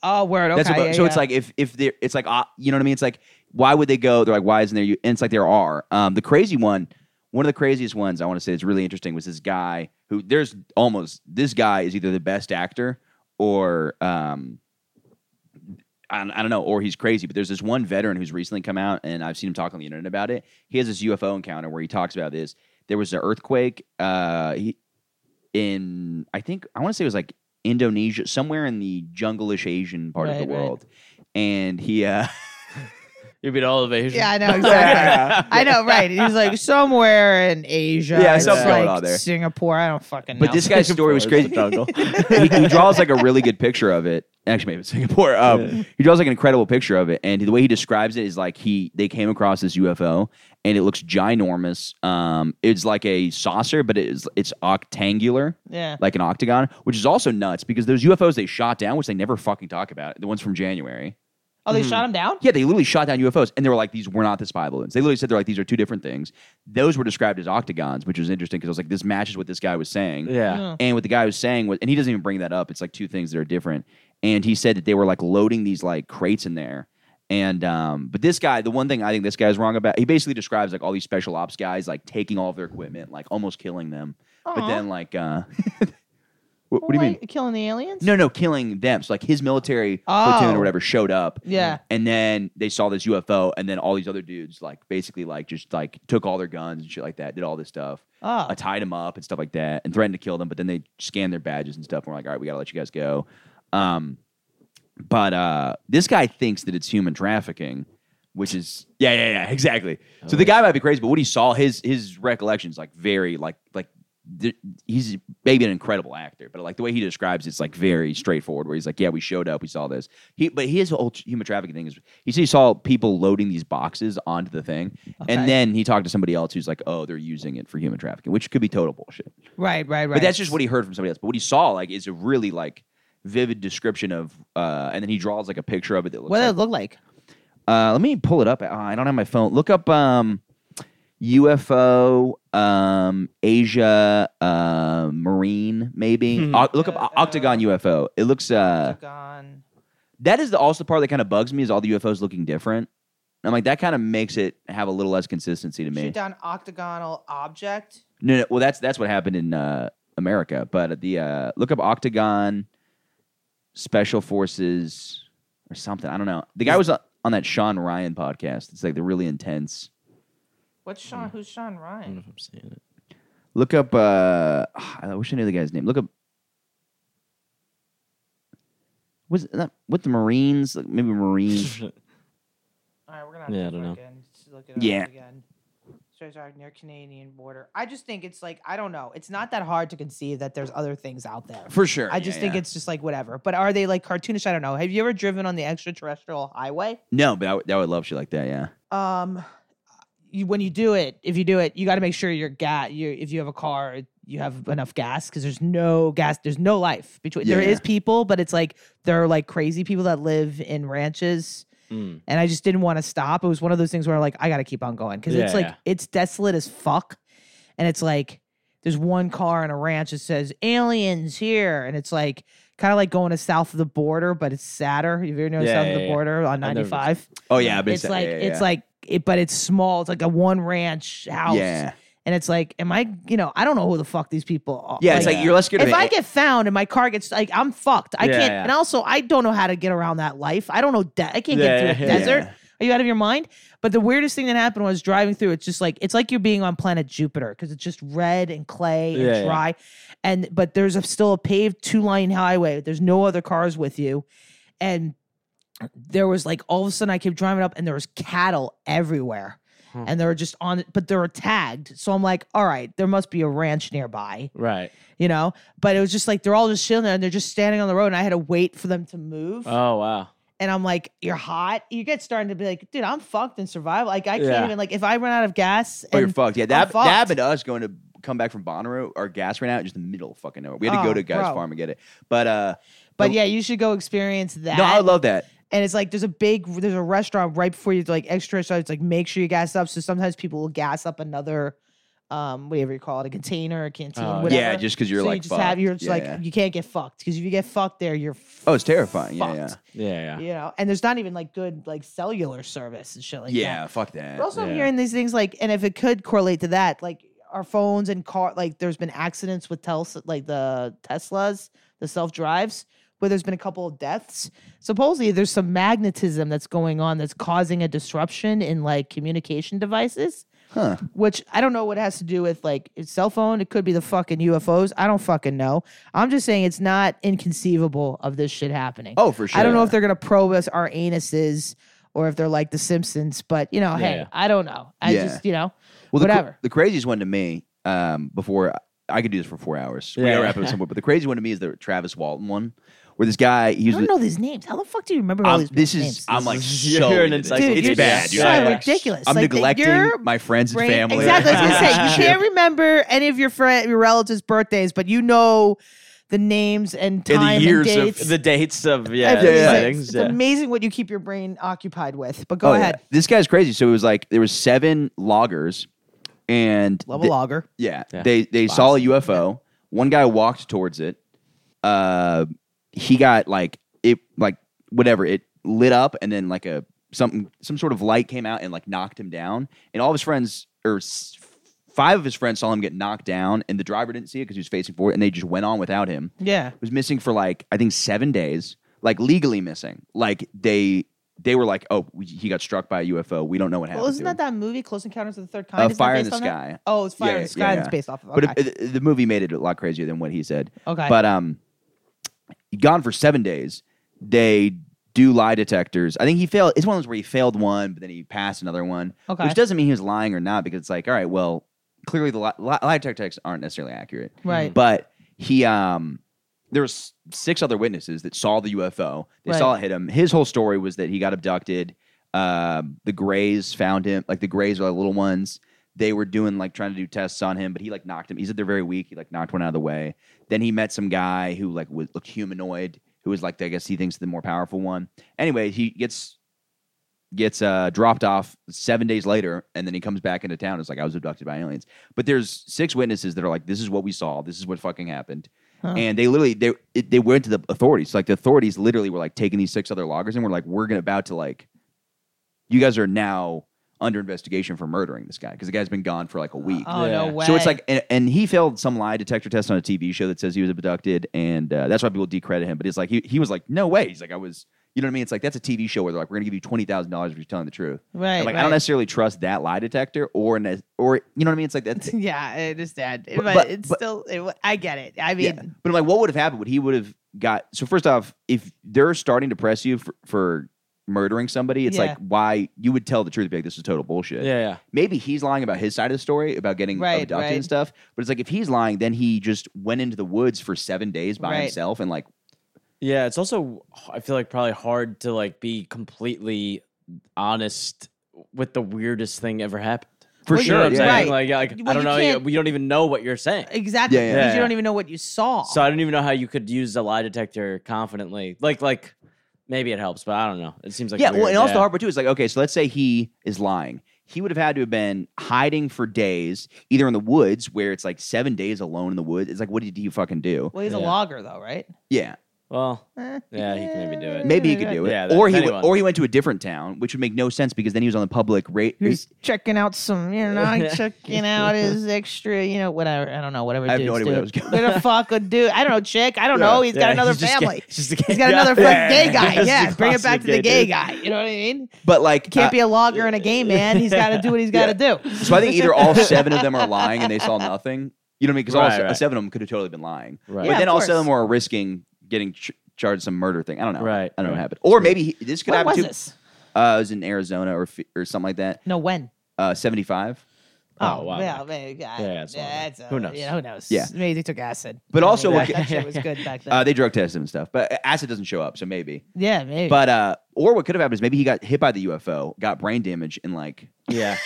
Oh, word. Okay, That's what- yeah, so it's yeah. like if if they are it's like uh, you know what I mean? It's like why would they go? They're like, why isn't there? You? And it's like there are. Um, the crazy one, one of the craziest ones I want to say is really interesting was this guy who there's almost this guy is either the best actor or um. I don't, I don't know, or he's crazy, but there's this one veteran who's recently come out, and I've seen him talk on the internet about it. He has this UFO encounter where he talks about this. There was an earthquake uh, he, in, I think, I want to say it was like Indonesia, somewhere in the junglish Asian part of Right, the right. world. And he, uh, You'd be all of Asia. Yeah, I know exactly. I know, right? He's like somewhere in Asia. Yeah, It's something like going on there. Singapore. I don't fucking know. but this guy's story was crazy. he, he draws like a really good picture of it. Actually, maybe it's Singapore. Um, He draws like an incredible picture of it, and the way he describes it is like he they came across this UFO, and it looks ginormous. Um, it's like a saucer, but it's it's octangular, yeah. like an octagon, which is also nuts because those UFOs they shot down, which they never fucking talk about, the ones from January. Oh, Hmm. they shot him down? Yeah, they literally shot down UFOs, and they were like, "These were not the spy balloons." They literally said they're like, "These are two different things." Those were described as octagons, which was interesting because I was like, "This matches what this guy was saying." Hmm. Yeah. And what the guy was saying was, and he doesn't even bring that up. It's like two things that are different. And he said that they were like loading these like crates in there. And um, but this guy, the one thing I think this guy's wrong about, he basically describes like all these special ops guys like taking all of their equipment, like almost killing them. But Aw. then like, uh, what, what do you Why- mean? Killing the aliens? No, no, killing them. So like his military platoon Oh. or whatever showed up. Yeah. And then they saw this UFO, and then all these other dudes like basically like just like took all their guns and shit like that, did all this stuff Oh. uh, tied them up and stuff like that and threatened to kill them. But then they scanned their badges and stuff. And we're like, all right, we got to let you guys go. Um, but uh, this guy thinks that it's human trafficking, which is yeah, yeah, yeah, exactly. so the guy might be crazy, but what he saw, his his recollections like very like like th- he's maybe an incredible actor, but like the way he describes it's like very straightforward. Where he's like, yeah, we showed up, we saw this. He but his whole tr- human trafficking thing is he said he saw people loading these boxes onto the thing, Okay. and then he talked to somebody else who's like, oh, they're using it for human trafficking, which could be total bullshit. Right, right, right. But that's just what he heard from somebody else. But what he saw like is a really like vivid description of, uh, and then he draws like a picture of it that looks. What did like, it look like? uh, let me pull it up. Uh, I don't have my phone. Look up um, UFO um, Asia uh, Marine maybe. O- look up o- Octagon UFO. It looks. Uh, Gone. that is the, also the part that kind of bugs me is all the UFOs looking different. I'm like, that kind of makes it have a little less consistency to me. Shoot down octagonal object. No, no, well, that's that's what happened in uh, America. But the uh, look up Octagon Special Forces or something. I don't know. The guy was on on that Sean Ryan podcast. It's like the really intense. What's Hmm. Sean? Who's Sean Ryan? if I'm seeing it. Look up. Uh, I wish I knew the guy's name. Look up. Was that with the Marines? Like maybe Marines. All right, we're gonna have Yeah, I to don't know. fucking s- look it up Yeah. again. Stars are near Canadian border. I just think it's like I don't know. It's not that hard to conceive that there's other things out there. For sure. I just Yeah, think yeah. it's just like whatever. But are they like cartoonish? I don't know. Have you ever driven on the extraterrestrial highway? no, but I would, I would love shit like that. Yeah. Um, you, when you do it, if you do it, you got to make sure your gas. You if you have a car, you have enough gas because there's no gas. There's no life between. There Yeah. is people, but it's like there are like crazy people that live in ranches. Mm. and I just didn't want to stop. It was one of those things where like I got to keep on going because it's Yeah, like yeah. it's desolate as fuck, and it's like there's one car in a ranch that says aliens here, and it's like kind of like going to south of the border, but it's sadder. You've ever known Yeah, south of yeah, the yeah. border on I've ninety never- five? Oh yeah. but It's yeah, like yeah, it's yeah. like it, but it's small. It's like a one ranch house. Yeah. And it's like, am I, you know, I don't know who the fuck these people are. Yeah, it's like you're less scared of If it. I get found and my car gets like, I'm fucked. I Yeah, can't. yeah. And also, I don't know how to get around that life. I don't know. De- I can't Yeah, get through a yeah, yeah. desert. Are you out of your mind? But the weirdest thing that happened was driving through. It's just like it's like you're being on planet Jupiter because it's just red and clay and Yeah, yeah. dry, and but there's a, still a paved two lane highway. There's no other cars with you, and there was like all of a sudden I kept driving up and there was cattle everywhere. Hmm. And they were just on, but they were tagged. So I'm like, all right, there must be a ranch nearby, Right. you know? But it was just like, they're all just chilling there and they're just standing on the road. And I had to wait for them to move. Uh. Oh wow. and I'm like, you're hot. You get starting to be like, dude, I'm fucked in survival. Like, I can't Yeah. even, like, if I run out of gas. Oh, you're and- fucked. Yeah, that, fucked. that happened to us going to come back from Bonnaroo. Our gas ran out just in the middle of fucking nowhere. We had to Oh, go to Guy's bro. Farm and get it. But uh, But yeah, you should go experience that. no, I would love that. and it's like there's a big there's a restaurant right before you like extra so it's like make sure you gas up so sometimes people will gas up another um whatever you call it a container a canteen Oh, yeah. whatever Uh, Yeah, just because you're so like you just have fucked. you're just Yeah, like yeah. you can't get fucked because if you get fucked there you're oh, it's terrifying. Yeah, fucked, yeah, Yeah, yeah. you know and there's not even like good like cellular service and shit like that. yeah. Fuck that. But also, I'm Yeah. hearing these things like, and if it could correlate to that, like our phones and car, like there's been accidents with tel- like the Teslas, the self drives, where there's been a couple of deaths. Supposedly, there's some magnetism that's going on that's causing a disruption in like communication devices. Huh. Which I don't know what it has to do with like its cell phone. It could be the fucking UFOs. I don't fucking know. I'm just saying it's not inconceivable of this shit happening. Oh, for sure. I don't know if they're gonna probe us our anuses or if they're like The Simpsons, but you know, hey, Yeah. I don't know. I Yeah. just you know, well, the, cra- whatever. The craziest one to me, um, before I could do this for four hours. We Yeah. gotta wrap it up somewhere. But the craziest one to me is the Travis Walton one, where this guy he was. I don't with- know these names. How the fuck do you remember all I'm- these this is names? I'm like You're so an into this. encyclopedia. It's Dude, you're bad. so You're like- ridiculous. I'm Like, that neglecting your my friends and brain- family. Exactly. I was gonna say you can't remember any of your friend, your relatives' birthdays, but you know the names and the time and, years of- dates. The dates of yeah, Everything. yeah. settings, It's yeah. amazing what you keep your brain occupied with. But go Oh, yeah. ahead, This guy's crazy. So it was like there was seven loggers, and love the- a logger. Yeah, Yeah. they they saw a UFO. One guy walked towards it. Uh, he got like it like whatever it lit up, and then like a something some sort of light came out and like knocked him down. And all of his friends or s- five of his friends saw him get knocked down, and the driver didn't see it because he was facing forward, and they just went on without him Yeah. was missing for like I think seven days, like legally missing. Like they they were like, oh, we- he got struck by a UFO. We don't know what happened. Well, isn't to that him. that movie Close Encounters of the Third Kind? Uh, Isn't that Fire in based the on that? Sky. Oh, it's Fire Yeah, in yeah, the Sky. yeah, That's yeah. based off of. Okay. But it, it- the movie made it a lot crazier than what he said. Okay. But um, gone for seven days. They do lie detectors. I think he failed. It's one of those where he failed one, but then he passed another one, Okay. which doesn't mean he was lying or not because it's like, all right, well, clearly the li- li- lie detectors aren't necessarily accurate. right. But he, um, there was six other witnesses that saw the UFO. They Right. saw it hit him. His whole story was that he got abducted. Um, the Greys found him. Like the Greys are the little ones. They were doing like trying to do tests on him, but he like knocked him. He said they're very weak. He like knocked one out of the way. Then he met some guy who like was looked humanoid, who was like I guess he thinks the more powerful one. Anyway, he gets gets uh, dropped off seven days later, and then he comes back into town. It's like I was abducted by aliens. But there's six witnesses that are like, "This is what we saw. This is what fucking happened." Huh. And they literally they it, they went to the authorities. Like the authorities literally were like taking these six other loggers, and we're like, "We're gonna about to like you guys are now under investigation for murdering this guy because the guy's been gone for like a week. Oh no Yeah. way. Mm. So it's like, and, and he failed some lie detector test on a TV show that says he was abducted, and uh, that's why people decredit him. But it's like he, he was like, no way. He's like, I was, you know what I mean? It's like that's a TV show where they're like, we're gonna give you twenty thousand dollars if you're telling the truth. right. And, like right. I don't necessarily trust that lie detector or ne- or you know what I mean? It's like that's. yeah, I understand, but, but- it's but- still. It, wa- I get it. I mean, Yeah. But I'm like, what would have happened? Would he would have got? So first off, if they're starting to press you for, for murdering somebody, it's Yeah. like why you would tell the truth. Be like, this is total bullshit. yeah. maybe he's lying about his side of the story about getting Right, abducted right. and stuff. But it's like if he's lying, then he just went into the woods for seven days by Right. himself and like Yeah, it's also h- I feel like probably hard to like be completely honest with the weirdest thing ever happened. for Well, You know sure. what I'm Yeah. saying? Right. Like, yeah, like Well, I don't you know, can't- you, you don't even know what you're saying. exactly. Yeah, yeah, because yeah. you don't even know what you saw. So I don't even know how you could use the lie detector confidently. Like, like maybe it helps, but I don't know. It seems like yeah, well, weird, and also the yeah. hard part too is like, okay, so let's say he is lying. He would have had to have been hiding for days, either in the woods where it's like seven days alone in the woods. It's like, what did you fucking do? well, he's a Yeah. logger though, right? Yeah, Well, Eh, Yeah, he can maybe do it. maybe he could do it, Yeah, or he depending went- on- or he went to a different town, which would make no sense because then he was on the public rate. He's checking out some, you know, Yeah. checking out his extra, you know, whatever. I don't know, whatever. I have no dudes idea where that do. was going. Where the fuck would dude? I don't know, chick. I don't know. He's got Yeah, another he's just gay- family. he's just a gay- He's got yeah. another fucking gay guy. Just Yeah, a bring it classic back to the gay gay dude. guy. You know what I mean? But like, Can't uh, be a logger and a gay man. He's got to do what he's got to do. So I think either all seven of them are lying and they saw nothing. You know what I mean? Because all Right, se- right. seven of them could have totally been lying. Right. But Yeah, then of all seven of course. them are risking getting ch- charged some murder thing. I don't know. Right, I don't know what right. happened. Or maybe he, this could When happen was too. this? Uh, it was in Arizona or fi- or something like that. No, when? Uh, Seventy five. Oh, wow. Well, maybe, God, Yeah, it's all right. that's, uh, Who knows? Yeah, who knows? Yeah. Maybe they took acid. But You know, also maybe what- that shit was good back then. Uh, they drug tested him and stuff, but uh, acid doesn't show up, so maybe. yeah, maybe. But uh, or what could have happened is maybe he got hit by the UFO, got brain damage, and like yeah,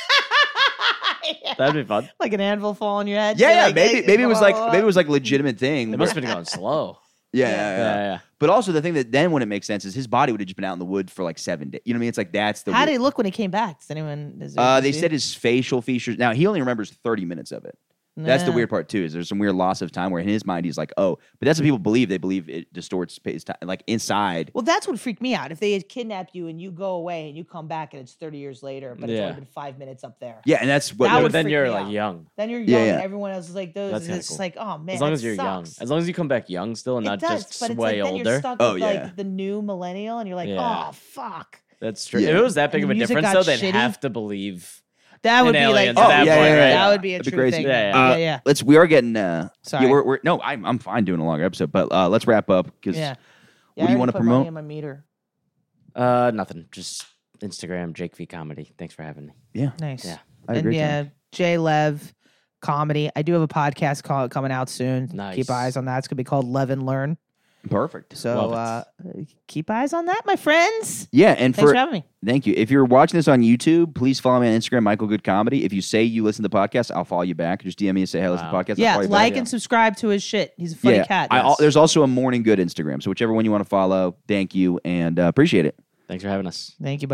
that'd be fun. like an anvil fall on your head. yeah, You're yeah, like, maybe hey, maybe it was blah, like blah, maybe it was like a legitimate thing. It where- must have been going slow. yeah, yeah, yeah. yeah. But also the thing that then wouldn't make sense is his body would have just been out in the wood for like seven days. You know what I mean? It's like that's the. blah. How weird- did he look when he came back? Does anyone? Does Uh, anyone they see? said his facial features. Now he only remembers thirty minutes of it. That's the Nah. weird part too. Is there's some weird loss of time where in his mind he's like, oh, but that's what people believe. They believe it distorts space time, like inside. Well, that's what freaked me out. If they had kidnapped you and you go away and you come back and it's 30 years later, but it's Yeah. only been five minutes up there. Yeah, and that's what. That But would then freak you're me like out. young. Then you're young Yeah, and yeah. everyone else is like, those, That's and kinda it's cool. like, oh man. as long that as you're young, sucks. as long as you come back young still and it not does, just but it's way like, Then you're older. stuck Oh, with yeah. like the new millennial and you're like, Yeah. oh, fuck. That's true. Yeah. If it was that big of And the a music difference, got though, they'd shitty. have to believe. That would And be like, aliens at Oh, that yeah, point, yeah, right? yeah. that would be a That'd be true crazy. thing. Yeah, yeah. yeah. Uh, yeah. Let's. We are getting. Uh, Sorry. Yeah, we're, we're no. I'm I'm fine doing a longer episode, but uh, let's wrap up because Yeah. what do you wanna want to promote? In my meter. Uh, nothing. Just Instagram, Jake V Comedy. Thanks for having me. Nice. Yeah. I had a great and time. yeah, Jay Lev comedy. I do have a podcast call, coming out soon. Nice. Keep eyes on that. It's gonna be called Lev and Learn. perfect. So uh, Love keep eyes on that, my friends. Yeah, and Thanks for for having me. Thank you. If you're watching this on YouTube, please follow me on Instagram, Michael Good Comedy. If you say you listen to the podcast, I'll follow you back. Just DM me and say, hey, listen Wow. to the podcast. yeah, I'll follow you back. like and subscribe to his shit. He's a funny yeah. cat. I, al- there's also a Morning Good Instagram. So whichever one you want to follow, thank you and uh, appreciate it. Thanks for having us. Thank you, buddy.